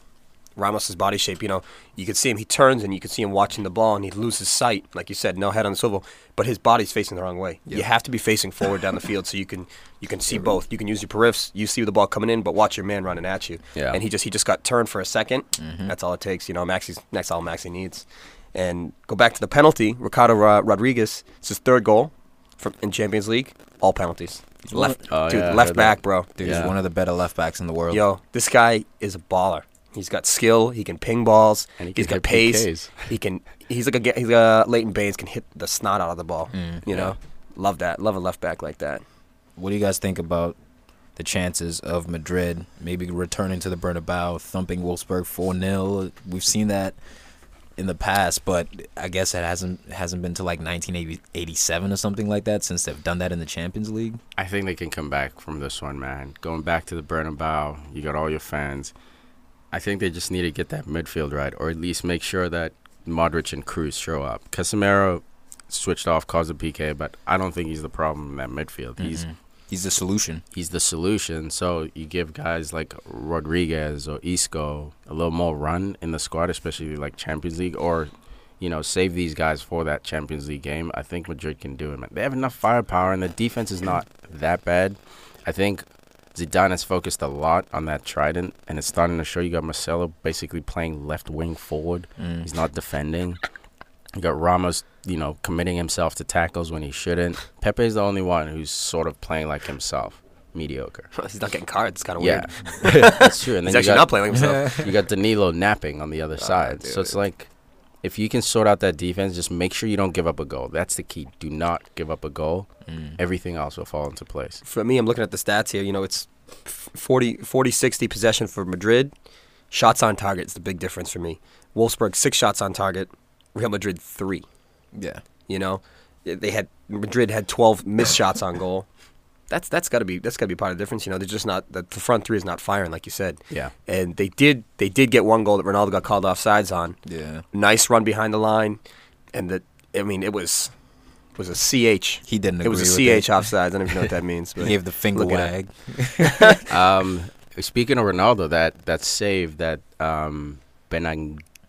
Speaker 1: Ramos's body shape. You know, you could see him. He turns and you could see him watching the ball, and he loses sight. Like you said, no head on the swivel, but his body's facing the wrong way. You
Speaker 2: Yeah.
Speaker 1: have to be facing forward down the field so you can you can see both. You can use your periffs. You see the ball coming in, but watch your man running at you.
Speaker 3: Yeah.
Speaker 1: And he just he just got turned for a 2nd That's all it takes. You know, Maxi's that's all Maxi needs. And go back to the penalty. Ricardo Ro- Rodriguez. It's his third goal from in Champions League. All penalties.
Speaker 2: one
Speaker 1: Left,
Speaker 3: of- Oh,
Speaker 1: dude.
Speaker 3: yeah, I
Speaker 1: left
Speaker 3: heard that.
Speaker 1: back, bro.
Speaker 2: Dude,
Speaker 3: Yeah.
Speaker 2: he's one of the better left backs in the world.
Speaker 1: Yo, this guy is a baller. He's got skill. He can ping balls.
Speaker 3: And he
Speaker 1: has got
Speaker 3: can hit
Speaker 1: pace.
Speaker 3: PKs.
Speaker 1: He can. He's like a. ga- He's like a Leighton Baines can hit the snot out of the ball.
Speaker 3: Mm.
Speaker 1: you know, love that. Love a left back like that.
Speaker 2: What do you guys think about the chances of Madrid maybe returning to the Bernabeu, thumping Wolfsburg 4 0? We've seen that in the past, but I guess it hasn't hasn't been to like 1987 or something like that since they've done that in the Champions League.
Speaker 3: I think they can come back from this one, man. Going back to the Bernabeu, you got all your fans. I think they just need to get that midfield right, or at least make sure that Modric and Cruz show up. Casemiro switched off, caused a PK, but I don't think he's the problem in that midfield.
Speaker 2: Mm-hmm.
Speaker 3: He's
Speaker 1: Mm-hmm.
Speaker 2: He's the solution.
Speaker 3: he's the solution. So you give guys like Rodriguez or Isco a little more run in the squad, especially like Champions League, or you know save these guys for that Champions League game. I think Madrid can do it. Man. They have enough firepower, and the defense is not that bad. I think Zidane has focused a lot on that trident, and it's starting to show. You got Marcelo basically playing left wing forward.
Speaker 1: Mm.
Speaker 3: He's not defending. You got Ramos, you know, committing himself to tackles when he shouldn't. Pepe is the only one who's sort of playing like himself, mediocre.
Speaker 1: he's not getting cards. It's kind of
Speaker 3: Yeah,
Speaker 1: weird.
Speaker 3: that's true. And
Speaker 1: He's
Speaker 3: then you
Speaker 1: actually
Speaker 3: got,
Speaker 1: not playing himself.
Speaker 3: you got Danilo napping on the other side. So it's
Speaker 1: dude.
Speaker 3: like, if you can sort out that defense, just make sure you don't give up a goal. That's the key. Do not give up a goal.
Speaker 2: mm.
Speaker 3: Everything else will fall into place.
Speaker 1: for me, I'm looking at the stats here. You know, it's f- 40, 40 60 possession for Madrid. Shots on target is the big difference for me. Wolfsburg six shots on target. Real Madrid three.
Speaker 2: Yeah.
Speaker 1: You know, they had Madrid had 12 missed shots on goal. That's that's got to be that's got to be part of the difference. You know, they're just not the, the front three is not firing like you said.
Speaker 3: Yeah.
Speaker 1: and they did they did get one goal that Ronaldo got called offsides on.
Speaker 2: Yeah.
Speaker 1: Nice run behind the line, and that I mean it was was a ch.
Speaker 2: He didn't agree
Speaker 1: It was a
Speaker 2: with
Speaker 1: ch
Speaker 2: it.
Speaker 1: offsides. I don't even know what that means. But
Speaker 2: He gave the finger
Speaker 1: look it up.
Speaker 2: wag.
Speaker 3: Um, speaking of Ronaldo, that that save that um,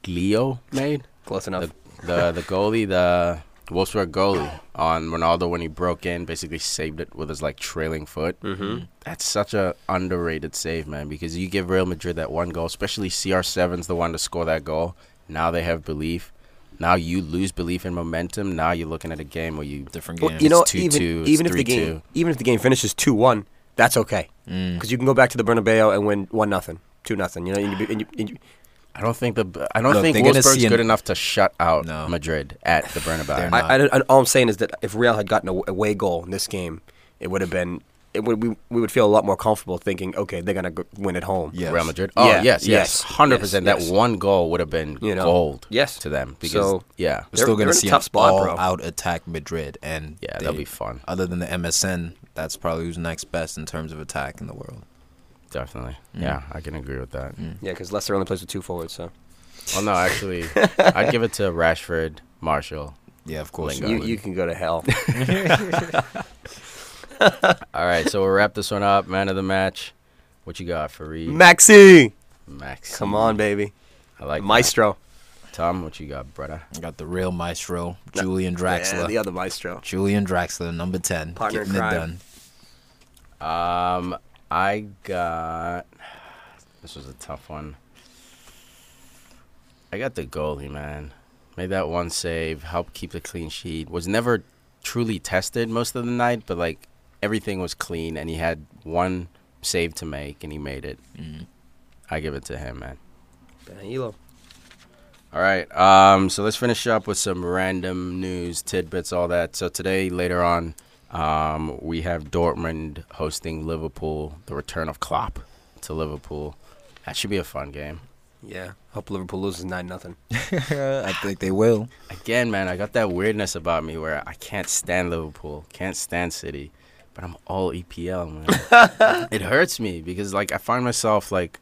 Speaker 3: Benaglio made.
Speaker 1: close enough.
Speaker 3: the the the goalie, the Wolfsburg goalie on Ronaldo when he broke in, basically saved it with his like trailing foot.
Speaker 1: Mm.
Speaker 3: Mm-hmm. That's such a underrated save, man, because you give Real Madrid that one goal, especially CR7's the one to score that goal. Now they have belief. Now you lose belief and momentum. Now you're looking at a game where you
Speaker 2: Different
Speaker 1: Well,
Speaker 2: game.
Speaker 1: you know,
Speaker 3: it's 2-2,
Speaker 1: even
Speaker 3: it's
Speaker 1: even if the
Speaker 3: 3-2.
Speaker 1: game even if the game finishes two one, that's okay
Speaker 2: Mm.
Speaker 1: because you can go back to the Bernabeu and win one nothing, two nothing. You know, and you, and you, and you,
Speaker 3: I don't think the I don't
Speaker 2: Look,
Speaker 3: think
Speaker 2: they're gonna
Speaker 3: Wolfsburg's
Speaker 2: see an-
Speaker 3: good enough to shut out
Speaker 2: No.
Speaker 3: Madrid at the Bernabeu.
Speaker 2: They're
Speaker 1: I, I, don't- all I'm saying is that if Real had gotten a away goal in this game, it would have been it would, we we would feel a lot more comfortable thinking, okay, they're gonna go- win at home.
Speaker 2: Yes.
Speaker 3: Real Madrid. Oh
Speaker 1: Yeah, yes,
Speaker 3: yes, yes, hundred percent. That
Speaker 1: yes, yes.
Speaker 3: one goal would have been
Speaker 1: You know,
Speaker 3: gold.
Speaker 1: yes.
Speaker 3: to them because
Speaker 1: So-
Speaker 3: yeah,
Speaker 2: We're
Speaker 1: They're-
Speaker 2: still
Speaker 1: they're
Speaker 2: gonna
Speaker 1: in a
Speaker 2: see
Speaker 1: tough
Speaker 2: an
Speaker 1: spot, bro.
Speaker 2: all-out attack Madrid, and
Speaker 3: Yeah, that'll be fun.
Speaker 2: Other than the MSN, that's probably who's next best in terms of attack in the world. Mm.
Speaker 3: definitely.
Speaker 1: Mm.
Speaker 3: Yeah, I can agree with that.
Speaker 1: Yeah, because Leicester only plays with two forwards, so
Speaker 3: Well, no, actually, I'd give it to Rashford, Marshall.
Speaker 2: Yeah, of course.
Speaker 1: you, you can go to hell.
Speaker 3: All right, so we'll wrap this one up. Man of the match. What you got, Fareed?
Speaker 1: Maxi,
Speaker 3: Max.
Speaker 1: come on, baby,
Speaker 3: I like Maestro.
Speaker 1: Maestro,
Speaker 3: Tom, what you got, brother?
Speaker 2: I got the real maestro, Julian Draxler.
Speaker 1: Yeah, the other Maestro.
Speaker 2: Julian Draxler, number ten,
Speaker 1: Partner in
Speaker 2: getting it
Speaker 1: crime.
Speaker 2: done.
Speaker 3: Um, I got. This was a tough one. I got the goalie, man. Made that one save, helped keep the clean sheet. Was never truly tested most of the night, but like everything was clean, and he had one save to make, and he made it. I give it to him, man.
Speaker 1: Danilo.
Speaker 3: All right. Um, so let's finish up with some random news, tidbits, all that. So today, later on, um, we have Dortmund hosting Liverpool, the return of Klopp to Liverpool. That should be a fun game.
Speaker 1: Yeah, hope Liverpool loses nine nothing.
Speaker 2: I think they will.
Speaker 3: Again, man, I got that weirdness about me where I can't stand Liverpool, can't stand City, but I'm all EPL, man. it hurts me because like I find myself like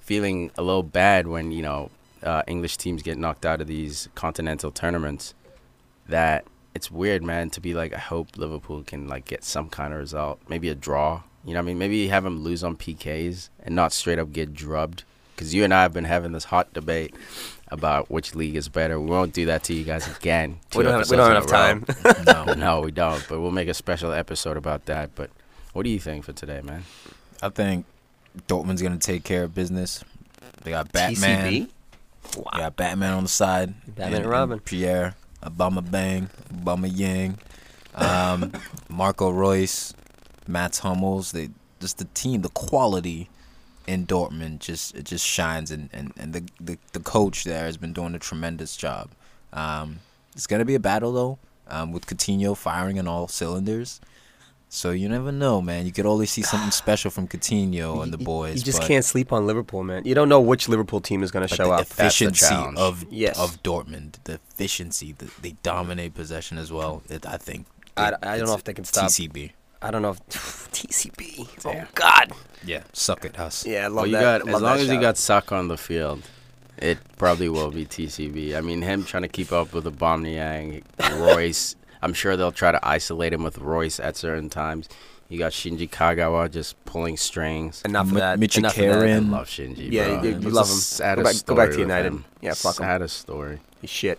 Speaker 3: feeling a little bad when you know uh, English teams get knocked out of these continental tournaments. That it's weird, man, to be like I hope Liverpool can like get some kind of result, maybe a draw. You know, what I mean, maybe have them lose on PKs and not straight up get drubbed. Because you and I have been having this hot debate about which league is better. We won't do that to you guys again.
Speaker 1: We
Speaker 3: Two
Speaker 1: don't have,
Speaker 3: episodes
Speaker 1: we
Speaker 3: in
Speaker 1: don't
Speaker 3: a
Speaker 1: have
Speaker 3: row.
Speaker 1: time.
Speaker 2: No,
Speaker 3: No, we don't. But we'll make a special episode about that. But what do you think for today, man?
Speaker 2: I think Dortmund's gonna take care of business. They got Batman.
Speaker 1: TCB.
Speaker 2: They got Batman on the side.
Speaker 1: Batman and Robin.
Speaker 2: Pierre, Obama Bang, Obama Yang, um, Marco Royce, Mats Hummels. They just the team, the quality in Dortmund just it just shines, and and, and the, the the coach there has been doing a tremendous job. Um, it's gonna be a battle though, um, with Coutinho firing on all cylinders. So you never know, man. You could always see something special from Coutinho and the boys.
Speaker 1: You just
Speaker 2: but-
Speaker 1: can't sleep on Liverpool, man. You don't know which Liverpool team is going to
Speaker 2: but
Speaker 1: show
Speaker 2: the
Speaker 1: up.
Speaker 3: That's the
Speaker 2: efficiency
Speaker 3: challenge.
Speaker 2: of
Speaker 1: Yes.
Speaker 2: of Dortmund, the efficiency, the, they dominate possession as well. It, I think.
Speaker 1: I-
Speaker 2: it-
Speaker 1: I don't
Speaker 2: it's
Speaker 1: know if they can stop-
Speaker 2: TCB.
Speaker 1: I don't know. if TCB. Oh God.
Speaker 2: Yeah, suck it, us.
Speaker 1: Yeah, I love
Speaker 3: Well, you
Speaker 1: that.
Speaker 3: got
Speaker 1: love
Speaker 3: as long
Speaker 1: that
Speaker 3: as you
Speaker 1: shout.
Speaker 3: got Saka on the field, it probably will be TCB. I mean, him trying to keep up with Aubameyang, Royce. I'm sure they'll try to isolate him with Royce at certain times. You got Shinji Kagawa just pulling strings.
Speaker 1: enough of
Speaker 2: Mi-
Speaker 1: that.
Speaker 2: Michi
Speaker 1: enough of that.
Speaker 2: Karin.
Speaker 3: I love Shinji.
Speaker 1: Yeah,
Speaker 3: bro.
Speaker 1: you- you
Speaker 3: It was
Speaker 1: love
Speaker 3: the
Speaker 1: him. Go back-
Speaker 3: saddest
Speaker 1: go back to
Speaker 3: story with
Speaker 1: United.
Speaker 3: him.
Speaker 1: Yeah, fuck 'em.
Speaker 3: Saddest story.
Speaker 1: Shit.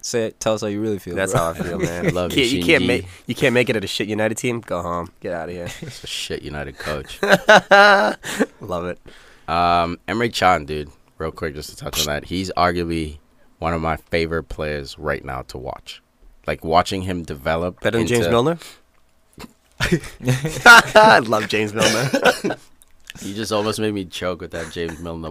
Speaker 2: Say it. Tell us how you really feel.
Speaker 1: That's
Speaker 2: bro.
Speaker 1: how I feel, man.
Speaker 3: Love
Speaker 1: Can't-
Speaker 3: you,
Speaker 1: you can't
Speaker 3: Shinji.
Speaker 1: make you can't make it at a shit United team. Go home. Get out of here.
Speaker 3: It's a shit United coach.
Speaker 1: love it.
Speaker 3: Um, Emre Chan, dude, real quick, just to touch on that. He's arguably one of my favorite players right now to watch. Like watching him develop.
Speaker 1: Better than James
Speaker 3: into-
Speaker 1: Milner. I love James Milner.
Speaker 3: You just almost made me choke with that James Milner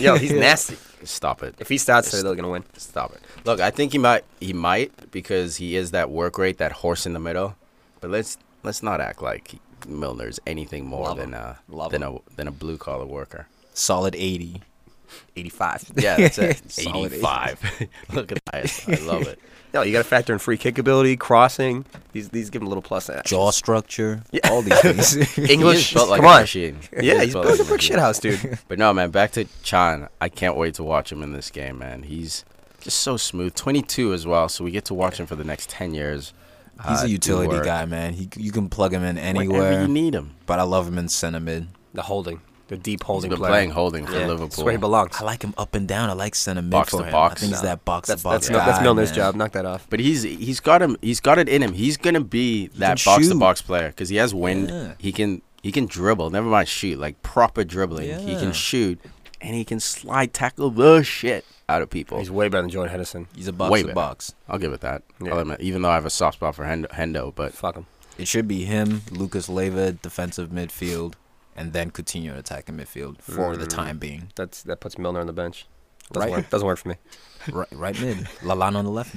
Speaker 1: Yo, he's nasty.
Speaker 3: Stop it.
Speaker 1: If he starts today, they're gonna win.
Speaker 3: Stop it. Look, I think he might. He might because he is that work rate, that horse in the middle. But let's let's not act like Milner's anything more
Speaker 1: Love
Speaker 3: than
Speaker 1: him.
Speaker 3: a
Speaker 1: Love
Speaker 3: than
Speaker 1: him.
Speaker 3: a than a blue collar worker.
Speaker 2: Solid eighty.
Speaker 1: Eighty-five.
Speaker 3: Yeah, that's it.
Speaker 2: Solid
Speaker 3: Eighty five. Look at that. I love it.
Speaker 1: No, you got to factor in free kick ability, crossing. These these give him a little plus. in that.
Speaker 2: Jaw structure. All these things.
Speaker 3: He
Speaker 1: English,
Speaker 3: is built like
Speaker 1: come
Speaker 3: a
Speaker 1: on.
Speaker 3: machine. He
Speaker 1: Yeah,
Speaker 3: is
Speaker 1: he's
Speaker 3: built
Speaker 1: built
Speaker 3: like
Speaker 1: a brick
Speaker 3: machine.
Speaker 1: shit house, dude.
Speaker 3: But no, man, back to Chan. I can't wait to watch him in this game, man. He's just so smooth. 22 as well, so we get to watch him for the next 10 years.
Speaker 2: He's
Speaker 3: uh,
Speaker 2: a
Speaker 3: do
Speaker 2: utility
Speaker 3: work
Speaker 2: guy, man. He you can plug him in
Speaker 3: Whenever
Speaker 2: anywhere.
Speaker 3: you need him.
Speaker 2: But I love him in center mid.
Speaker 1: The holding, the deep
Speaker 3: He's
Speaker 1: holding
Speaker 3: been
Speaker 1: player.
Speaker 3: playing holding for
Speaker 1: Yeah, that's where he
Speaker 3: Liverpool.
Speaker 1: belongs.
Speaker 2: I like him up and down. I like center mid
Speaker 3: Box
Speaker 2: for
Speaker 3: to
Speaker 2: him.
Speaker 3: box.
Speaker 2: I think he's
Speaker 1: No.
Speaker 2: that box
Speaker 1: That's
Speaker 2: to box
Speaker 1: that's,
Speaker 2: guy.
Speaker 1: that's Milner's
Speaker 2: man.
Speaker 1: job. Knock that off.
Speaker 3: But he's he's got him he's got it in him. He's gonna be that
Speaker 2: can
Speaker 3: box to
Speaker 2: shoot.
Speaker 3: box player because he has wind.
Speaker 2: Yeah.
Speaker 3: He can he can dribble. Never mind shoot like proper dribbling. He
Speaker 2: Yeah.
Speaker 3: can shoot and he can slide tackle the shit out of people.
Speaker 1: He's way better than Jordan Henderson.
Speaker 2: He's a box
Speaker 3: Way
Speaker 2: to
Speaker 3: better.
Speaker 2: box.
Speaker 3: I'll give it that. I'll
Speaker 1: Yeah.
Speaker 3: admit, even though I have a soft spot for Hendo, Hendo but
Speaker 1: Fuck him.
Speaker 2: It should be him, Lucas Leva, defensive
Speaker 3: Mm.
Speaker 2: midfield, and then Coutinho in attacking midfield for the time being.
Speaker 1: That's that puts Milner on the bench. Doesn't
Speaker 2: Right.
Speaker 1: work. Doesn't work for me.
Speaker 2: right, right mid. Lalana on the left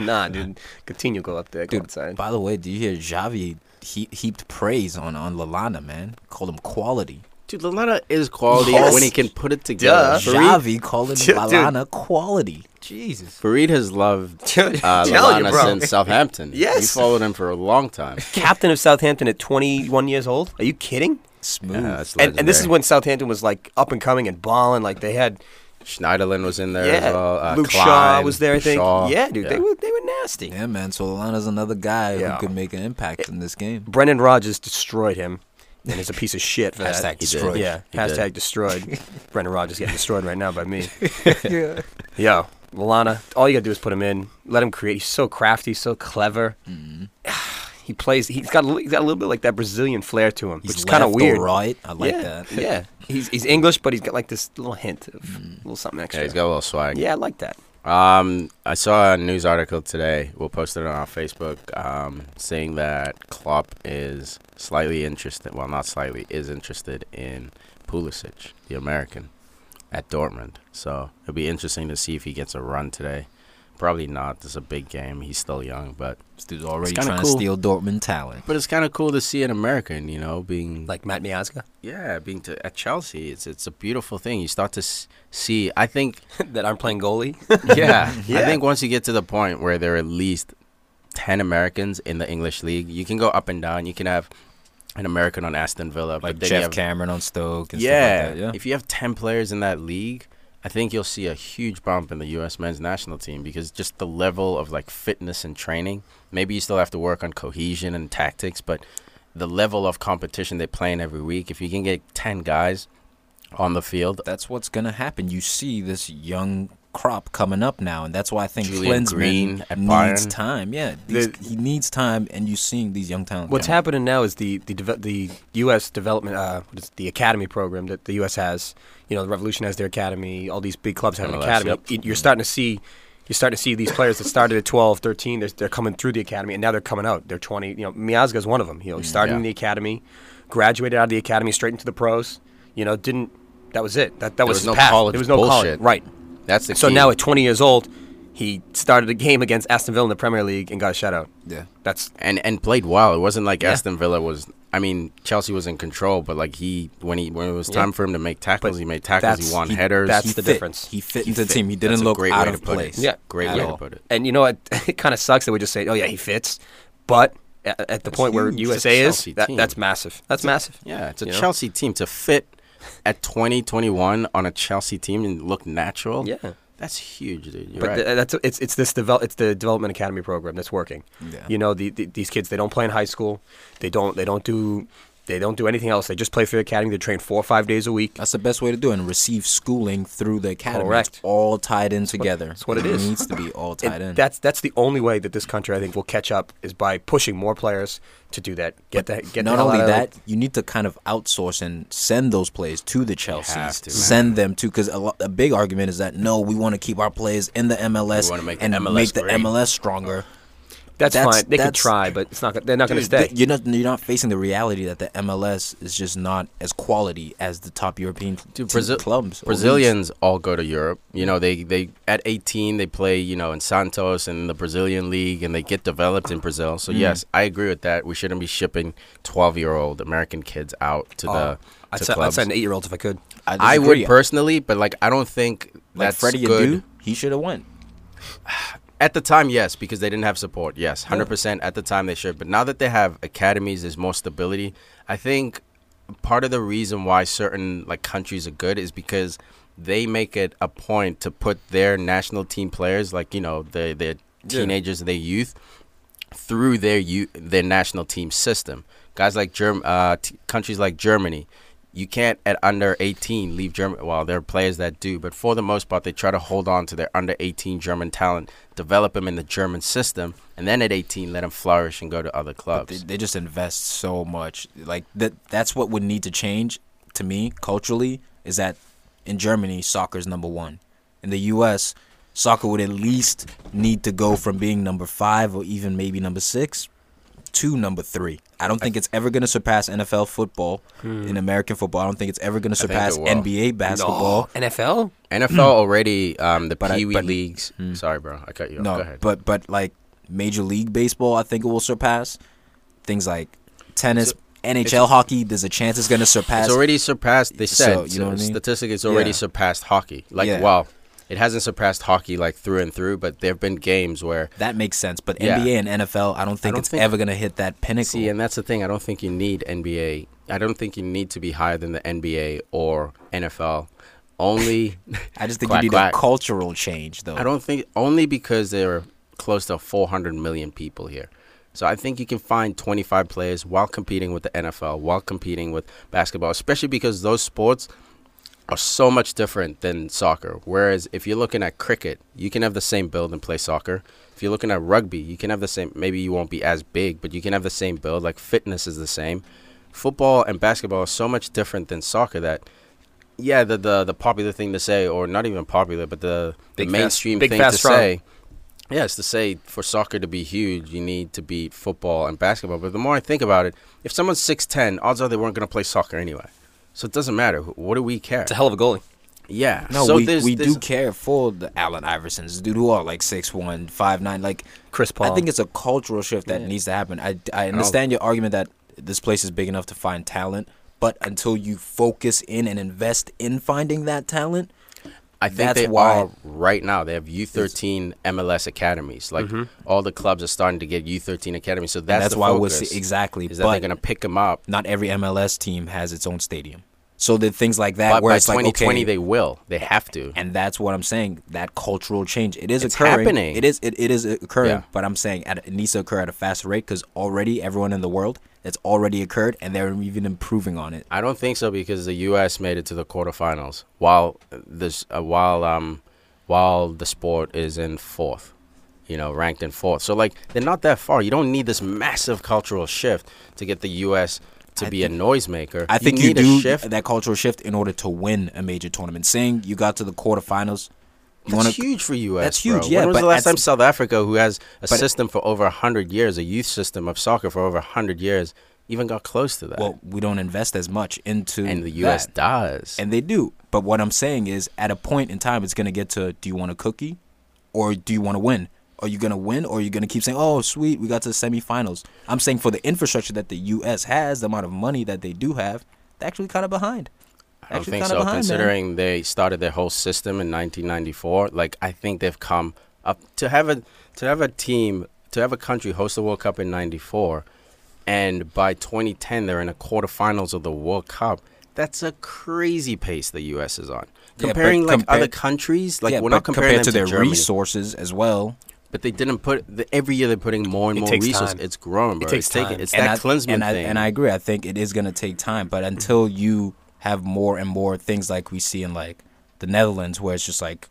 Speaker 1: nah, dude. Coutinho go up there. Go outside.
Speaker 2: By the way, do you hear Javi he- heaped praise on on Lalana, man? Called him quality.
Speaker 3: Dude, Lalana is quality
Speaker 1: Yes.
Speaker 3: when he can put it
Speaker 1: Duh.
Speaker 3: together. Farid,
Speaker 2: Javi calling
Speaker 1: Dude, dude.
Speaker 2: Lalana quality. Jesus.
Speaker 3: Farid has loved
Speaker 1: Dude,
Speaker 3: uh,
Speaker 1: tell you,
Speaker 3: Lalana
Speaker 1: bro.
Speaker 3: since Southampton.
Speaker 1: Yes.
Speaker 3: He followed him for a long time.
Speaker 1: Captain of Southampton at 21 years old. Are you kidding?
Speaker 2: Smooth.
Speaker 3: Yeah, it's
Speaker 1: And, and this is
Speaker 3: legendary.
Speaker 1: when Southampton was like up and coming and balling. Like they had
Speaker 3: Schneiderlin was in there
Speaker 1: yeah,
Speaker 3: as well. Uh,
Speaker 1: Luke
Speaker 3: Klein,
Speaker 1: Shaw was there. I think.
Speaker 3: Shaw.
Speaker 1: Yeah, dude. They were they were nasty.
Speaker 2: yeah, man. So Lalana's another guy
Speaker 1: Yeah.
Speaker 2: who could make an impact in this game.
Speaker 1: Brendan Rodgers destroyed him, and is a piece of shit for that.
Speaker 2: Hashtag
Speaker 1: He did.
Speaker 2: destroyed.
Speaker 1: Yeah,
Speaker 3: He did.
Speaker 1: hashtag destroyed. Brendan Rodgers getting destroyed right now by me.
Speaker 2: yeah.
Speaker 1: Yo, Milana, all you gotta do is put him in. Let him create. He's so crafty, so clever.
Speaker 2: Mm-hmm.
Speaker 1: He plays. He's got. a li- He's got a little bit like that Brazilian flair to him,
Speaker 2: He's
Speaker 1: which is kind of weird.
Speaker 2: Right. I like
Speaker 1: yeah,
Speaker 2: that.
Speaker 1: yeah. He's he's English, but he's got like this little hint of
Speaker 2: Mm.
Speaker 1: a little something extra.
Speaker 3: Yeah, he's got a little swag.
Speaker 1: Yeah, I like that.
Speaker 3: Um, I saw a news article today. We'll post it on our Facebook, um, saying that Klopp is slightly interested. Well, not slightly, is interested in Pulisic, the American, at Dortmund. So it'll be interesting to see if he gets a run today. Probably not. This is a big game. He's still young, but
Speaker 2: This dude's already
Speaker 3: kinda
Speaker 2: trying
Speaker 3: cool.
Speaker 2: to steal Dortmund talent.
Speaker 3: but it's kind of cool to see an American, you know, being
Speaker 1: Like Matt Miazga,
Speaker 3: yeah, being to, at Chelsea. It's it's a beautiful thing. You start to s- see. I think
Speaker 1: that aren't playing goalie.
Speaker 3: yeah.
Speaker 1: Yeah.
Speaker 3: I think once you get to the point where there are at least 10 Americans in the English league, you can go up and down. You can have an American on Aston Villa. but
Speaker 2: Like
Speaker 3: then you
Speaker 2: Jeff
Speaker 3: have-
Speaker 2: Cameron on Stoke and
Speaker 3: yeah,
Speaker 2: stuff like that. Yeah.
Speaker 3: If you have 10 players in that league, I think you'll see a huge bump in the U.S. men's national team because just the level of like fitness and training. Maybe you still have to work on cohesion and tactics, but the level of competition they're playing every week, if you can get 10 guys on the field,
Speaker 2: that's what's gonna happen. You see this young crop coming up now, and that's why I think
Speaker 3: Julian
Speaker 2: Klinsmann
Speaker 3: Green at
Speaker 2: needs
Speaker 3: Bayern.
Speaker 2: time. Yeah, these,
Speaker 1: The-
Speaker 2: he needs time, and you're seeing these young talents.
Speaker 1: What's
Speaker 2: come up.
Speaker 1: happening now is the the deve- the U.S. development, uh, what is it, the academy program that the U.S. has. You know, the Revolution has their academy. All these big clubs have an
Speaker 3: MLS,
Speaker 1: academy.
Speaker 3: yep.
Speaker 1: Y- You're starting to see. You're starting to see these players that started at 12, 13, they're, they're coming through the academy, and now they're coming out. They're 20. You know, Miazga's one of them. You know, he started in
Speaker 3: Mm, yeah.
Speaker 1: the academy, graduated out of the academy, straight into the pros. You know, didn't – that was it. That, that was
Speaker 3: was
Speaker 1: his
Speaker 3: no
Speaker 1: path.
Speaker 3: college
Speaker 1: There was no college.
Speaker 3: bullshit.
Speaker 1: Right.
Speaker 3: that's the
Speaker 1: So
Speaker 3: key.
Speaker 1: now at 20 years old, he started a game against Aston Villa in the Premier League and got a shutout.
Speaker 2: Yeah.
Speaker 1: That's
Speaker 3: and and played well. It wasn't like Aston Villa was. I mean, Chelsea was in control, but like he when he when it was time for him to make tackles,
Speaker 1: But
Speaker 3: he made tackles.
Speaker 1: that's-
Speaker 3: He won
Speaker 1: he-
Speaker 3: headers.
Speaker 1: that's
Speaker 2: He
Speaker 1: It's the
Speaker 2: fit.
Speaker 1: difference.
Speaker 2: He fit
Speaker 3: He
Speaker 2: into the
Speaker 3: fit.
Speaker 2: team. He didn't
Speaker 3: That's a
Speaker 2: look
Speaker 3: great
Speaker 2: out
Speaker 3: way
Speaker 2: of
Speaker 3: to put it.
Speaker 2: place.
Speaker 1: Yeah.
Speaker 3: great
Speaker 2: at
Speaker 3: way
Speaker 2: all.
Speaker 3: to put it.
Speaker 1: And you know what? It kind of sucks that we just say, "Oh yeah, he fits," but at, at the point where
Speaker 3: huge.
Speaker 1: USA
Speaker 3: It's a
Speaker 1: is,
Speaker 3: Chelsea
Speaker 1: that,
Speaker 3: team.
Speaker 1: that's massive. That's massive.
Speaker 3: Yeah, it's a
Speaker 1: You know?
Speaker 3: Chelsea team to fit at twenty twenty one on a Chelsea team and look natural.
Speaker 1: Yeah.
Speaker 3: that's huge, dude. You're
Speaker 1: But
Speaker 3: right.
Speaker 1: th- that's it's it's this develop it's the development academy program that's working.
Speaker 2: Yeah.
Speaker 1: You know, the, the, these kids they don't play in high school. They don't they don't do they don't do anything else. They just play for the academy. They train four or five days a week.
Speaker 2: That's the best way to do it and receive schooling through the academy.
Speaker 1: Correct.
Speaker 2: It's all tied in together.
Speaker 1: that's what it is.
Speaker 2: needs to be all
Speaker 1: And
Speaker 2: tied in.
Speaker 1: that's that's the only way that this country I think will catch up is by pushing more players to do that. Get that. Get the
Speaker 2: Not
Speaker 1: hell
Speaker 2: only
Speaker 1: out of-
Speaker 2: that, you need to kind of outsource and send those plays to the
Speaker 3: have
Speaker 2: Chelseas.
Speaker 3: to, man.
Speaker 2: send them to because a, lo- a big argument is that no, we want to keep our players in the MLS
Speaker 3: We wanna make the
Speaker 2: and
Speaker 3: MLS
Speaker 2: make the
Speaker 3: great.
Speaker 2: MLS stronger.
Speaker 1: That's,
Speaker 2: that's-
Speaker 1: fine. They can
Speaker 2: that's-
Speaker 1: try, but it's not. gonna- They're not going to
Speaker 2: Dude,
Speaker 1: stay.
Speaker 2: th- You're not you're not facing the reality that the MLS is just not as quality as the top European
Speaker 3: Dude,
Speaker 2: t-
Speaker 3: Brazil-
Speaker 2: clubs. or leagues.
Speaker 3: Brazilians all go to Europe. You know, they, they at 18 they play, you know, in Santos and the Brazilian league and they get developed in Brazil. So
Speaker 2: Mm.
Speaker 3: yes, I agree with that. We shouldn't be shipping 12-year-old American kids out to
Speaker 1: Oh,
Speaker 3: the
Speaker 1: I'd,
Speaker 3: to
Speaker 1: se- I'd
Speaker 3: clubs.
Speaker 1: send eight year olds if I could.
Speaker 3: I would
Speaker 2: disagree.
Speaker 3: personally, but like I don't think
Speaker 2: like
Speaker 3: that's
Speaker 2: Freddie
Speaker 3: good.
Speaker 2: Adu. He should have went.
Speaker 3: At the time, yes, because they didn't have support. Yes, 100% at the time they should. But now that they have academies, there's more stability. I think part of the reason why certain like countries are good is because they make it a point to put their national team players, like, you know, their, their teenagers, their youth, through their you their national team system. Guys like Germ- uh, t- countries like Germany, you can't at under 18 leave Germany. Well, there are players that do, but for the most part, they try to hold on to their under 18 German talent, develop them in the German system, and then at 18 let them flourish and go to other
Speaker 2: They,
Speaker 3: clubs.
Speaker 2: they just invest so much. Like that. That's what would need to change to me culturally is that in Germany soccer is number one. In the U.S., soccer would at least need to go from being number five or even maybe number six to number three. I don't think it's ever going to surpass NFL football in American football. Hmm. I don't think it's ever going to
Speaker 3: think
Speaker 2: surpass
Speaker 3: it will.
Speaker 2: NBA basketball.
Speaker 1: NFL?
Speaker 3: NFL already, um, the
Speaker 2: But I-
Speaker 3: Pee Wee
Speaker 2: but- Hmm.
Speaker 3: leagues. Sorry, bro, I cut you. off. Go
Speaker 2: No,
Speaker 3: ahead.
Speaker 2: but but like Major League Baseball, I think it will surpass things like tennis, NHL hockey. There's a chance it's going to surpass.
Speaker 3: It's already surpassed. They
Speaker 2: So,
Speaker 3: said
Speaker 2: you know what I mean?
Speaker 3: statistic. It's already
Speaker 2: Yeah.
Speaker 3: surpassed hockey. Like
Speaker 2: Yeah.
Speaker 3: wow, it hasn't surpassed hockey like through and through. But there have been games where
Speaker 2: that makes sense, but
Speaker 3: Yeah.
Speaker 2: NBA and NFL, I don't think
Speaker 3: don't
Speaker 2: it's
Speaker 3: think-
Speaker 2: ever going to hit that pinnacle.
Speaker 3: see, and that's the thing. I don't think you need NBA. I don't think you need to be higher than the NBA or NFL. Only
Speaker 2: I just think
Speaker 3: Quack,
Speaker 2: you need
Speaker 3: quack.
Speaker 2: a cultural change, though.
Speaker 3: I don't think only because there are close to 400 million people here. So I think you can find 25 players while competing with the NFL, while competing with basketball, especially because those sports are so much different than soccer. Whereas if you're looking at cricket, you can have the same build and play soccer. If you're looking at rugby, you can have the same maybe you won't be as big, but you can have the same build. Like fitness is the same. Football and basketball are so much different than soccer that yeah, the the, the popular thing to say or not even popular, but the, the
Speaker 1: Big, fast-
Speaker 3: mainstream
Speaker 1: big,
Speaker 3: thing
Speaker 1: fast,
Speaker 3: to
Speaker 1: strong.
Speaker 3: say Yes, to say for soccer to be huge, you need to beat football and basketball. But the more I think about it, if someone's 6'10, odds are they weren't going to play soccer anyway. So it doesn't matter. Wh- What do we care?
Speaker 1: It's a hell of a goalie.
Speaker 3: Yeah.
Speaker 2: No,
Speaker 3: so
Speaker 2: we,
Speaker 3: there's-
Speaker 2: we
Speaker 3: there's-
Speaker 2: do care for the Allen Iversons, dude, who are like six one, five nine, like
Speaker 1: Chris Paul.
Speaker 2: I think it's a cultural shift that needs to happen. I, I understand your argument that this place is big enough to find talent, but until you focus in and invest in finding that talent,
Speaker 3: I think
Speaker 2: That's
Speaker 3: they
Speaker 2: why-
Speaker 3: are right now. They have U13 MLS academies. Like all the clubs are starting to get U13 academies. So that's,
Speaker 2: Mm-hmm. that's
Speaker 3: the
Speaker 2: why we're
Speaker 3: focus,
Speaker 2: see- exactly,
Speaker 3: Is that they're
Speaker 2: but-
Speaker 3: going to pick them up.
Speaker 2: not every MLS team has its own stadium. So the things like that,
Speaker 3: But
Speaker 2: where
Speaker 3: by
Speaker 2: it's like
Speaker 3: 2020,
Speaker 2: okay,
Speaker 3: they will. They have to.
Speaker 2: and that's what I'm saying. That cultural change, it is
Speaker 3: It's
Speaker 2: occurring.
Speaker 3: happening.
Speaker 2: It is it, it is occurring.
Speaker 3: Yeah.
Speaker 2: But I'm saying at, it needs to occur at a faster rate because already everyone in the world it's already occurred, and they're even improving on it.
Speaker 3: I don't think so because the U.S. made it to the quarterfinals while this uh, while um while the sport is in fourth, you know, ranked in fourth. So like they're not that far. You don't need this massive cultural shift to get the U.S. to
Speaker 2: I
Speaker 3: be a
Speaker 2: think-
Speaker 3: noisemaker.
Speaker 2: I think you,
Speaker 3: need
Speaker 2: do
Speaker 3: a shift.
Speaker 2: that cultural shift in order to win a major tournament. Saying you got to the quarterfinals, you
Speaker 3: That's
Speaker 2: want to
Speaker 3: huge for U.S.
Speaker 2: That's
Speaker 3: bro.
Speaker 2: huge, yeah,
Speaker 3: When was
Speaker 2: but
Speaker 3: the last
Speaker 2: at
Speaker 3: time
Speaker 2: s-
Speaker 3: South Africa, who has a
Speaker 2: But-
Speaker 3: system for over hundred years, a youth system of soccer for over hundred years, even got close to that?
Speaker 2: well, we don't invest as much into
Speaker 3: and the U.S.
Speaker 2: that.
Speaker 3: does.
Speaker 2: and they do. But what I'm saying is, at a point in time, it's gonna get to: Do you want a cookie, or do you want to win? Are you gonna win, or are you gonna keep saying, "Oh, sweet, we got to the semifinals"? I'm saying for the infrastructure that the U.S. has, the amount of money that they do have, they're actually kind of behind.
Speaker 3: I don't
Speaker 2: Actually
Speaker 3: think
Speaker 2: kinda
Speaker 3: so.
Speaker 2: behind, man.
Speaker 3: Considering they started their whole system in 1994, like I think they've come up to have a to have a team to have a country host the World Cup in '94, and by 2010 they're in the quarterfinals of the World Cup. That's a crazy pace the U.S. is on.
Speaker 2: Yeah, but
Speaker 3: Comparing like
Speaker 2: compare-
Speaker 3: other countries, like
Speaker 2: yeah,
Speaker 3: we're
Speaker 2: but
Speaker 3: not comparing
Speaker 2: compared
Speaker 3: them
Speaker 2: to their
Speaker 3: Germany,
Speaker 2: resources as well.
Speaker 3: but they didn't put the, every year they're putting more and
Speaker 1: It
Speaker 3: more
Speaker 1: takes
Speaker 3: resources.
Speaker 1: time.
Speaker 3: It's growing, bro.
Speaker 1: takes
Speaker 3: it's taking
Speaker 1: time.
Speaker 3: it's
Speaker 2: and
Speaker 3: that
Speaker 2: I,
Speaker 3: Klinsmann
Speaker 2: and I,
Speaker 3: thing. Mm-hmm.
Speaker 2: And I agree. I think it is going to take time, but until you have more and more things like we see in like the Netherlands, where it's just like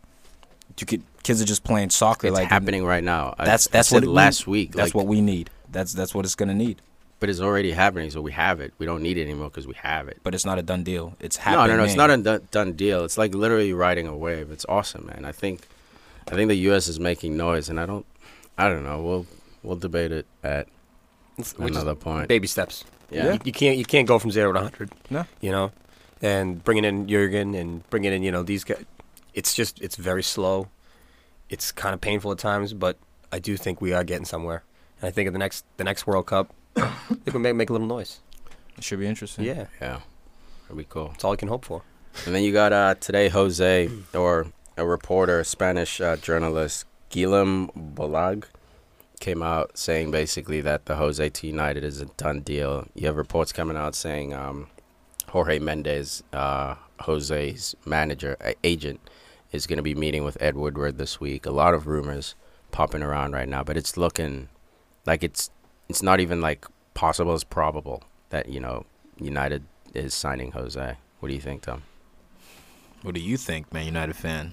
Speaker 2: you could, kids are just playing soccer.
Speaker 3: it's
Speaker 2: like
Speaker 3: happening right now. I-
Speaker 2: That's
Speaker 3: I
Speaker 2: that's
Speaker 3: said
Speaker 2: what it
Speaker 3: last
Speaker 2: need-
Speaker 3: week.
Speaker 2: That's
Speaker 3: like,
Speaker 2: what we need. That's that's what it's going to need.
Speaker 3: but it's already happening. So we have it. We don't need it anymore because we have it.
Speaker 2: But it's not a done deal. It's
Speaker 3: No,
Speaker 2: happening.
Speaker 3: no, no. It's not a done, done deal. It's like literally riding a wave. It's awesome, man. I think, I think the U.S. is making noise, and I don't, I don't know. We'll we'll debate it at
Speaker 1: It's- which is
Speaker 3: another point.
Speaker 1: baby steps.
Speaker 3: Yeah.
Speaker 1: You, you can't you can't go from zero to hundred.
Speaker 2: No.
Speaker 1: You know, and bringing in Jurgen and bringing in you know these guys, it's just it's very slow. It's kind of painful at times, but I do think we are getting somewhere. And I think at the next the next World Cup, I think we may make a little noise.
Speaker 2: It should be interesting.
Speaker 1: Yeah,
Speaker 3: Yeah, that'd be cool.
Speaker 1: that's all I can hope for.
Speaker 3: And then you got uh, today Jose or a reporter, a Spanish uh, journalist Guillem Bolag came out saying basically that the Jose to United is a done deal. You have reports coming out saying um, Jorge Mendes, uh, Jose's manager uh, agent, is going to be meeting with Ed Woodward this week. A lot of rumors popping around right now, but it's looking like it's it's not even like possible. It's probable that you know United is signing Jose. What do you think, Tom?
Speaker 2: What do you think, man? United fan.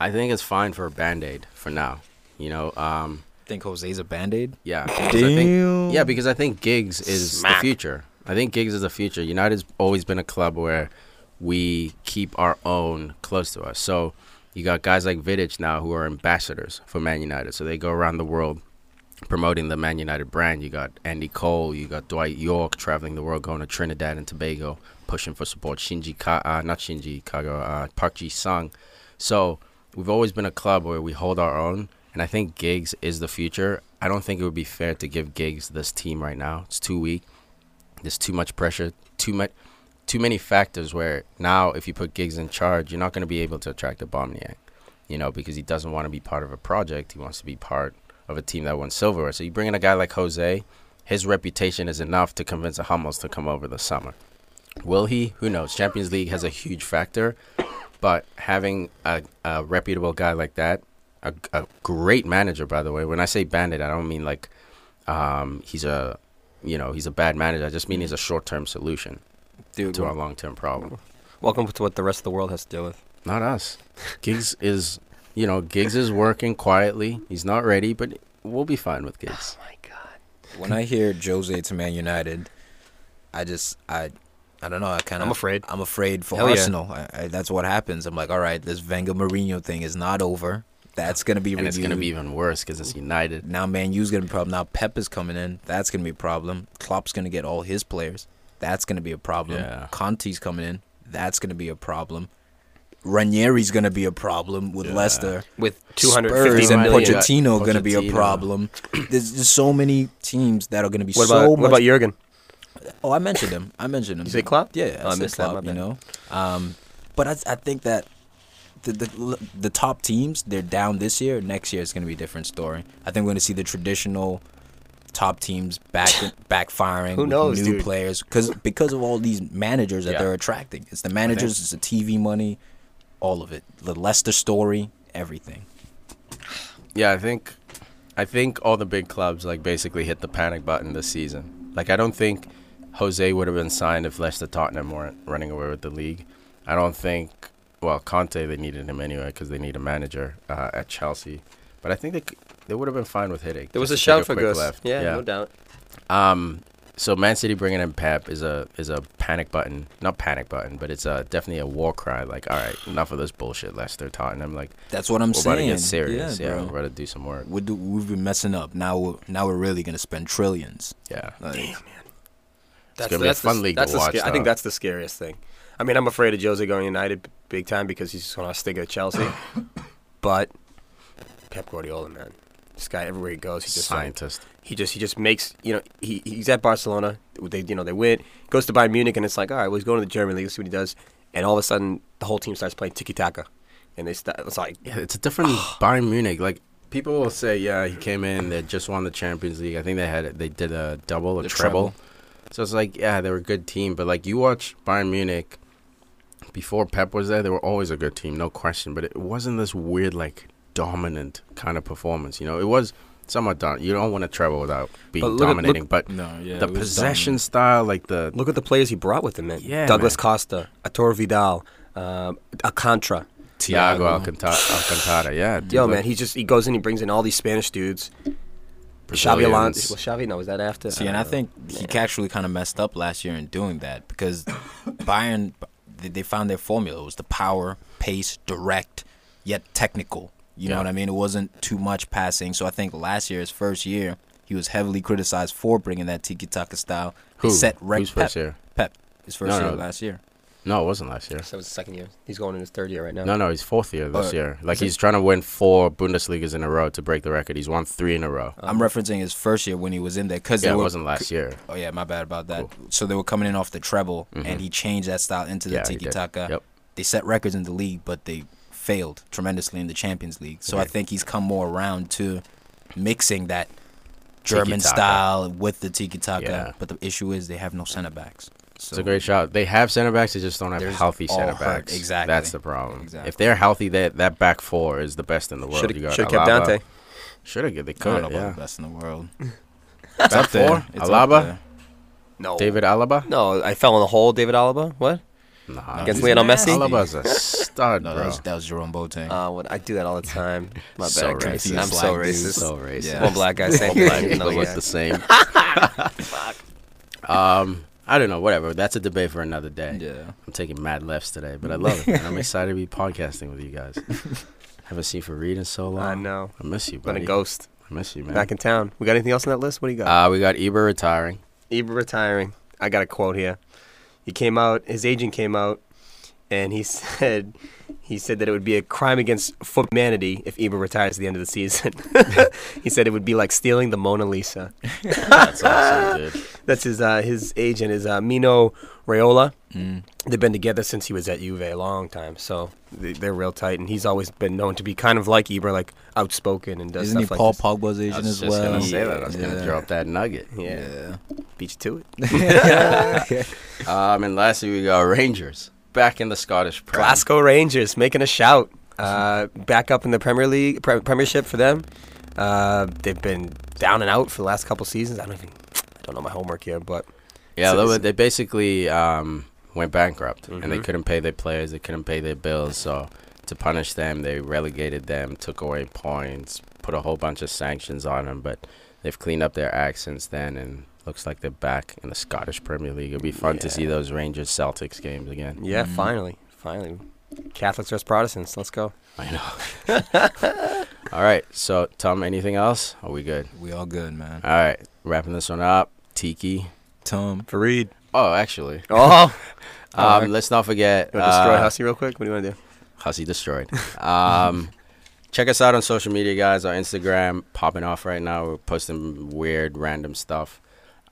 Speaker 3: I think it's fine for a band aid for now. You know, um,
Speaker 2: Think Jose's a band aid?
Speaker 3: yeah. because I think-
Speaker 2: Damn.
Speaker 3: yeah, because I think gigs is
Speaker 1: Smack.
Speaker 3: the future. I think gigs is the future. United's always been a club where we keep our own close to us. So you got guys like Vidic now who are ambassadors for Man United. So they go around the world promoting the Man United brand. You got Andy Cole, you got Dwight York traveling the world, going to Trinidad and Tobago, pushing for support. Shinji Ka, uh, not Shinji Kago, uh, Park Ji Sung, So we've always been a club where we hold our own, and I think Gigs is the future. I don't think it would be fair to give Gigs this team right now. It's too weak. There's too much pressure. Too much. Too many factors where now, if you put Gigs in charge, you're not going to be able to attract Aubameyang, you know, because he doesn't want to be part of a project. He wants to be part of a team that won silverware. So you bring in a guy like Jose, his reputation is enough to convince a Hummels to come over the summer. Will he? Who knows? Champions League has a huge factor, but having a, a reputable guy like that, a, a great manager, by the way. When I say bandit, I don't mean like um, he's a, you know, he's a bad manager. I just mean he's a short-term solution
Speaker 2: Dude,
Speaker 3: to our long-term problem.
Speaker 1: Welcome to what the rest of the world has to deal with.
Speaker 3: Not us. Giggs is, you know, Giggs is working quietly. He's not ready, but we'll be fine with Giggs.
Speaker 1: my God.
Speaker 2: when I hear Jose to Man United, I just I I don't know. I kind of
Speaker 1: I'm afraid.
Speaker 2: I'm afraid for
Speaker 1: Hell yeah.
Speaker 2: Arsenal. I, I, that's what happens. I'm like, all right, this Wenger Mourinho thing is not over. That's gonna be
Speaker 3: And it's going to
Speaker 2: reviewed.
Speaker 3: be even worse because it's United.
Speaker 2: now. Man U's gonna be a problem. Now Pep is coming in. That's gonna be a problem. Klopp's gonna get all his players. That's gonna be a problem.
Speaker 3: Yeah.
Speaker 2: Conte's coming in. That's gonna be a problem. Ranieri's gonna be a problem with
Speaker 3: Yeah.
Speaker 2: Leicester.
Speaker 1: With
Speaker 2: Spurs
Speaker 1: 250
Speaker 2: and
Speaker 1: million.
Speaker 3: Portugal.
Speaker 2: Pochettino going to be a
Speaker 3: Pochettino.
Speaker 2: problem. There's just so many teams that are going to be
Speaker 1: What
Speaker 2: so
Speaker 1: about
Speaker 2: much.
Speaker 1: what about Jurgen?
Speaker 2: Oh, I mentioned him. I mentioned him.
Speaker 1: You say Klopp?
Speaker 2: Yeah, yeah
Speaker 1: Oh, I
Speaker 2: I, said
Speaker 1: missed that,
Speaker 2: Klopp,
Speaker 1: my bad.
Speaker 2: you know, um, but I, I think that the, the the top teams they're down this year. Next year it's going to be a different story. I think we're going to see the traditional top teams back backfiring
Speaker 1: Who
Speaker 2: with
Speaker 1: knows,
Speaker 2: new
Speaker 1: dude?
Speaker 2: players because because of all these managers that
Speaker 3: Yeah.
Speaker 2: they're attracting. It's the managers, it's the TV money, all of it. The Leicester story, everything.
Speaker 3: Yeah, I think I think all the big clubs like basically hit the panic button this season. Like I don't think Jose would have been signed if Leicester Tottenham weren't running away with the league. I don't think well Conte they needed him anyway because they need a manager uh, at Chelsea. But I think they c- they would have been fine with Hiddink.
Speaker 1: There was a
Speaker 3: just to take
Speaker 1: shout for
Speaker 3: quick
Speaker 1: Gus.
Speaker 3: left.
Speaker 1: Yeah, no doubt.
Speaker 3: Um, so Man City bringing in Pep is a is a panic button, not panic button, but it's a definitely a war cry. Like, all right, enough of this bullshit, Leicester Tottenham. Like,
Speaker 2: That's what I'm
Speaker 3: we're
Speaker 2: saying.
Speaker 3: about to get serious.
Speaker 2: Yeah,
Speaker 3: Yeah,
Speaker 2: bro.
Speaker 3: we're about to do some work.
Speaker 2: We do, we've been messing up. Now we're now we're really gonna spend trillions.
Speaker 3: Yeah.
Speaker 2: Like,
Speaker 3: It's gonna be a fun league to
Speaker 1: that's the
Speaker 3: watch,
Speaker 1: sca- I think
Speaker 3: though.
Speaker 1: that's the scariest thing. I mean, I'm afraid of Jose going United b- big time because he's just going to stick at Chelsea. but Pep Guardiola, man, this guy everywhere he goes, he just like,
Speaker 3: scientist.
Speaker 1: he just he just makes you know he he's at Barcelona. They you know they win, goes to Bayern Munich, and it's like all right, well he's going to the German league. Let's see what he does. And all of a sudden, the whole team starts playing tiki taka, and they start. It's like
Speaker 3: Yeah, it's a different Bayern Munich. Like people will say, yeah, he came in. They just won the Champions League. I think they had they did a double, a
Speaker 2: The
Speaker 3: treble. So it's like, yeah, they were a good team. But like you watch Bayern Munich before Pep was there, they were always a good team, no question. But it wasn't this weird like dominant kind of performance. You know, it was somewhat dominant. You don't want to treble without being
Speaker 1: But look at- look-
Speaker 3: dominating. but
Speaker 2: no, yeah.
Speaker 3: the
Speaker 2: it was
Speaker 3: possession
Speaker 2: dumb.
Speaker 3: style, like the
Speaker 1: look at the players he brought with him, man.
Speaker 3: Yeah,
Speaker 1: Douglas
Speaker 3: man.
Speaker 1: Costa, Ator Vidal, um, Alcantara.
Speaker 3: Thiago
Speaker 2: Thiago.
Speaker 3: Alcantara, Alcantara. Yeah, dude,
Speaker 1: Yo,
Speaker 3: like,
Speaker 1: man, he just he goes in, he brings in all these Spanish dudes. Xavi
Speaker 3: Brazilians.
Speaker 1: Alonso. Was Xavi? No, was that after?
Speaker 2: See,
Speaker 3: Uh,
Speaker 2: and I think he actually kind of messed up last year in doing that because Bayern they, they found their formula. It was the power, pace, direct, yet technical. You know
Speaker 3: Yeah.
Speaker 2: what I mean? It wasn't too much passing. So I think last year, his first year, he was heavily criticized for bringing that tiki taka style. They
Speaker 3: Who?
Speaker 2: Set rec-
Speaker 3: Who's
Speaker 2: Pep,
Speaker 3: first year?
Speaker 2: Pep. His first
Speaker 3: No,
Speaker 2: year
Speaker 3: no.
Speaker 2: last year.
Speaker 3: No, it wasn't last year.
Speaker 1: that was the second year. He's going in his third year right now.
Speaker 3: No, no, he's fourth year this
Speaker 2: But-
Speaker 3: year. Like he's trying to win four Bundesligas in a row to break the record. He's won three in a row.
Speaker 1: Um,
Speaker 2: I'm referencing his first year when he was in there because
Speaker 3: Uh-huh. yeah,
Speaker 2: they
Speaker 3: it
Speaker 2: were
Speaker 3: wasn't last year.
Speaker 2: Oh yeah, my bad about that. So they were coming in off the treble, and he changed that style into the
Speaker 3: Mm-hmm. Yeah, he did.
Speaker 2: tiki taka.
Speaker 3: Yep.
Speaker 2: They set records in the league, but they failed tremendously in the Champions League. So I
Speaker 3: Okay.
Speaker 2: think he's come more around to mixing that German
Speaker 3: Tiki-taka.
Speaker 2: style with the tiki taka.
Speaker 3: Yeah.
Speaker 2: But the issue is they have no center backs. So
Speaker 3: It's a great shot. They have center backs. They just don't have
Speaker 2: They're just
Speaker 3: healthy
Speaker 2: all
Speaker 3: center
Speaker 2: hurt.
Speaker 3: backs.
Speaker 2: Exactly.
Speaker 3: That's the problem.
Speaker 2: Exactly.
Speaker 3: If they're healthy, that that back four is the best in the world.
Speaker 1: Should
Speaker 3: You got
Speaker 1: have kept Dante.
Speaker 3: Should have. They
Speaker 2: I don't
Speaker 3: could.
Speaker 2: know about
Speaker 3: Yeah.
Speaker 2: the best in the world.
Speaker 3: Back
Speaker 2: It's up there.
Speaker 3: four.
Speaker 2: It's up
Speaker 3: Alaba.
Speaker 2: there.
Speaker 1: No,
Speaker 3: David Alaba.
Speaker 1: No, I fell in the hole. David Alaba. What?
Speaker 3: Nah.
Speaker 1: Against
Speaker 3: dude.
Speaker 1: Lionel Messi?
Speaker 3: Alaba's a stud,
Speaker 2: No,
Speaker 3: bro.
Speaker 2: that was, that was Jerome Boateng.
Speaker 1: Uh, what? I do that all the time. My
Speaker 3: So
Speaker 1: bad.
Speaker 3: racist.
Speaker 1: I'm so
Speaker 2: Black dudes.
Speaker 1: racist.
Speaker 3: so racist.
Speaker 2: Yeah.
Speaker 1: One black guy saying
Speaker 3: All black
Speaker 1: black.
Speaker 3: people
Speaker 1: another
Speaker 3: look
Speaker 1: guy.
Speaker 3: the same. Um, I don't know. Whatever. That's a debate for another day.
Speaker 2: Yeah.
Speaker 3: I'm taking mad lefts today, but I love it. man. I'm excited to be podcasting with you guys. Haven't seen Fareed in so long.
Speaker 1: I know.
Speaker 3: I miss you,
Speaker 1: Been a
Speaker 3: buddy.
Speaker 1: ghost.
Speaker 3: I miss you, man.
Speaker 1: Back in town. We got anything else on that list? What do you got?
Speaker 3: uh, we got Eber retiring.
Speaker 1: Ibra retiring. I got a quote here. He came out, his agent came out, and he said he said that it would be a crime against humanity if Ibra retires at the end of the season. he said it would be like stealing the Mona Lisa.
Speaker 3: That's awesome, dude.
Speaker 1: That's his uh, his agent is uh, Mino Raiola.
Speaker 2: Mm.
Speaker 1: They've been together since he was at Juve a long time, so they- they're real tight. And he's always been known to be kind of like Ibra, like outspoken and does
Speaker 2: Isn't he
Speaker 1: stuff like
Speaker 2: Paul
Speaker 1: this.
Speaker 2: Pogba's
Speaker 3: I
Speaker 2: agent
Speaker 3: was
Speaker 2: as
Speaker 3: just
Speaker 2: well?
Speaker 3: gonna say that. I was
Speaker 2: Yeah.
Speaker 3: gonna drop that nugget.
Speaker 1: Yeah, beat you to it.
Speaker 2: Yeah.
Speaker 3: Um, and lastly, we got Rangers back in the Scottish Prem.
Speaker 1: Glasgow Rangers making a shout. Uh, back up in the Premier League, pre- Premiership for them. Uh, they've been down and out for the last couple seasons. I don't even, I don't know my homework here, but
Speaker 3: Yeah,
Speaker 1: So
Speaker 3: they, were-
Speaker 1: it's-
Speaker 3: they basically um, went bankrupt, and they
Speaker 1: Mhm.
Speaker 3: couldn't pay their players. They couldn't pay their bills. So to punish them, they relegated them, took away points, put a whole bunch of sanctions on them. But they've cleaned up their act since then, and looks like they're back in the Scottish Premier League. It'll be fun to
Speaker 1: Yeah.
Speaker 3: see those Rangers Celtics games again.
Speaker 1: yeah,
Speaker 2: Mm.
Speaker 1: finally, finally, Catholics versus Protestants. Let's go.
Speaker 3: I know. All right, so Tom, anything else? Are we good?
Speaker 2: we all good, man.
Speaker 3: All right, wrapping this one up. Tiki.
Speaker 2: Tom,
Speaker 1: Fareed.
Speaker 3: Oh, actually,
Speaker 1: Oh,
Speaker 3: um,
Speaker 1: All right.
Speaker 3: let's not forget.
Speaker 1: you want to destroy
Speaker 3: uh,
Speaker 1: Hussey real quick? What do you want to do?
Speaker 3: Hussy destroyed. Um, check us out on social media, guys. Our Instagram popping off right now. We're posting weird, random stuff.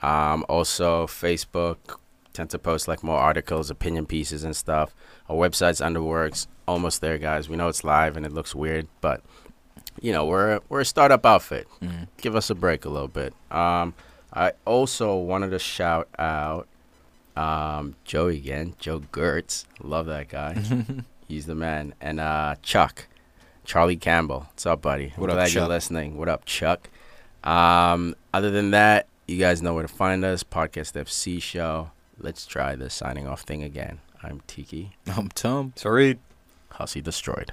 Speaker 3: Um, also, Facebook tend to post like more articles, opinion pieces, and stuff. Our website's underworks. Almost there, guys. We know it's live and it looks weird, but you know we're we're a startup outfit.
Speaker 2: mm.
Speaker 3: Give us a break a little bit. Um, I also wanted to shout out um, Joe again, Joe Gertz. Love that guy. He's the man. And uh, Chuck, Charlie Campbell. What's up, buddy?
Speaker 2: What
Speaker 3: I'm
Speaker 2: up,
Speaker 3: glad you're
Speaker 2: Chuck?
Speaker 3: listening. What up, Chuck? Um, other than that, you guys know where to find us. Podcast FC show. Let's try the signing off thing again. I'm Tiki.
Speaker 2: I'm Tom.
Speaker 1: Fareed.
Speaker 3: Hussy destroyed.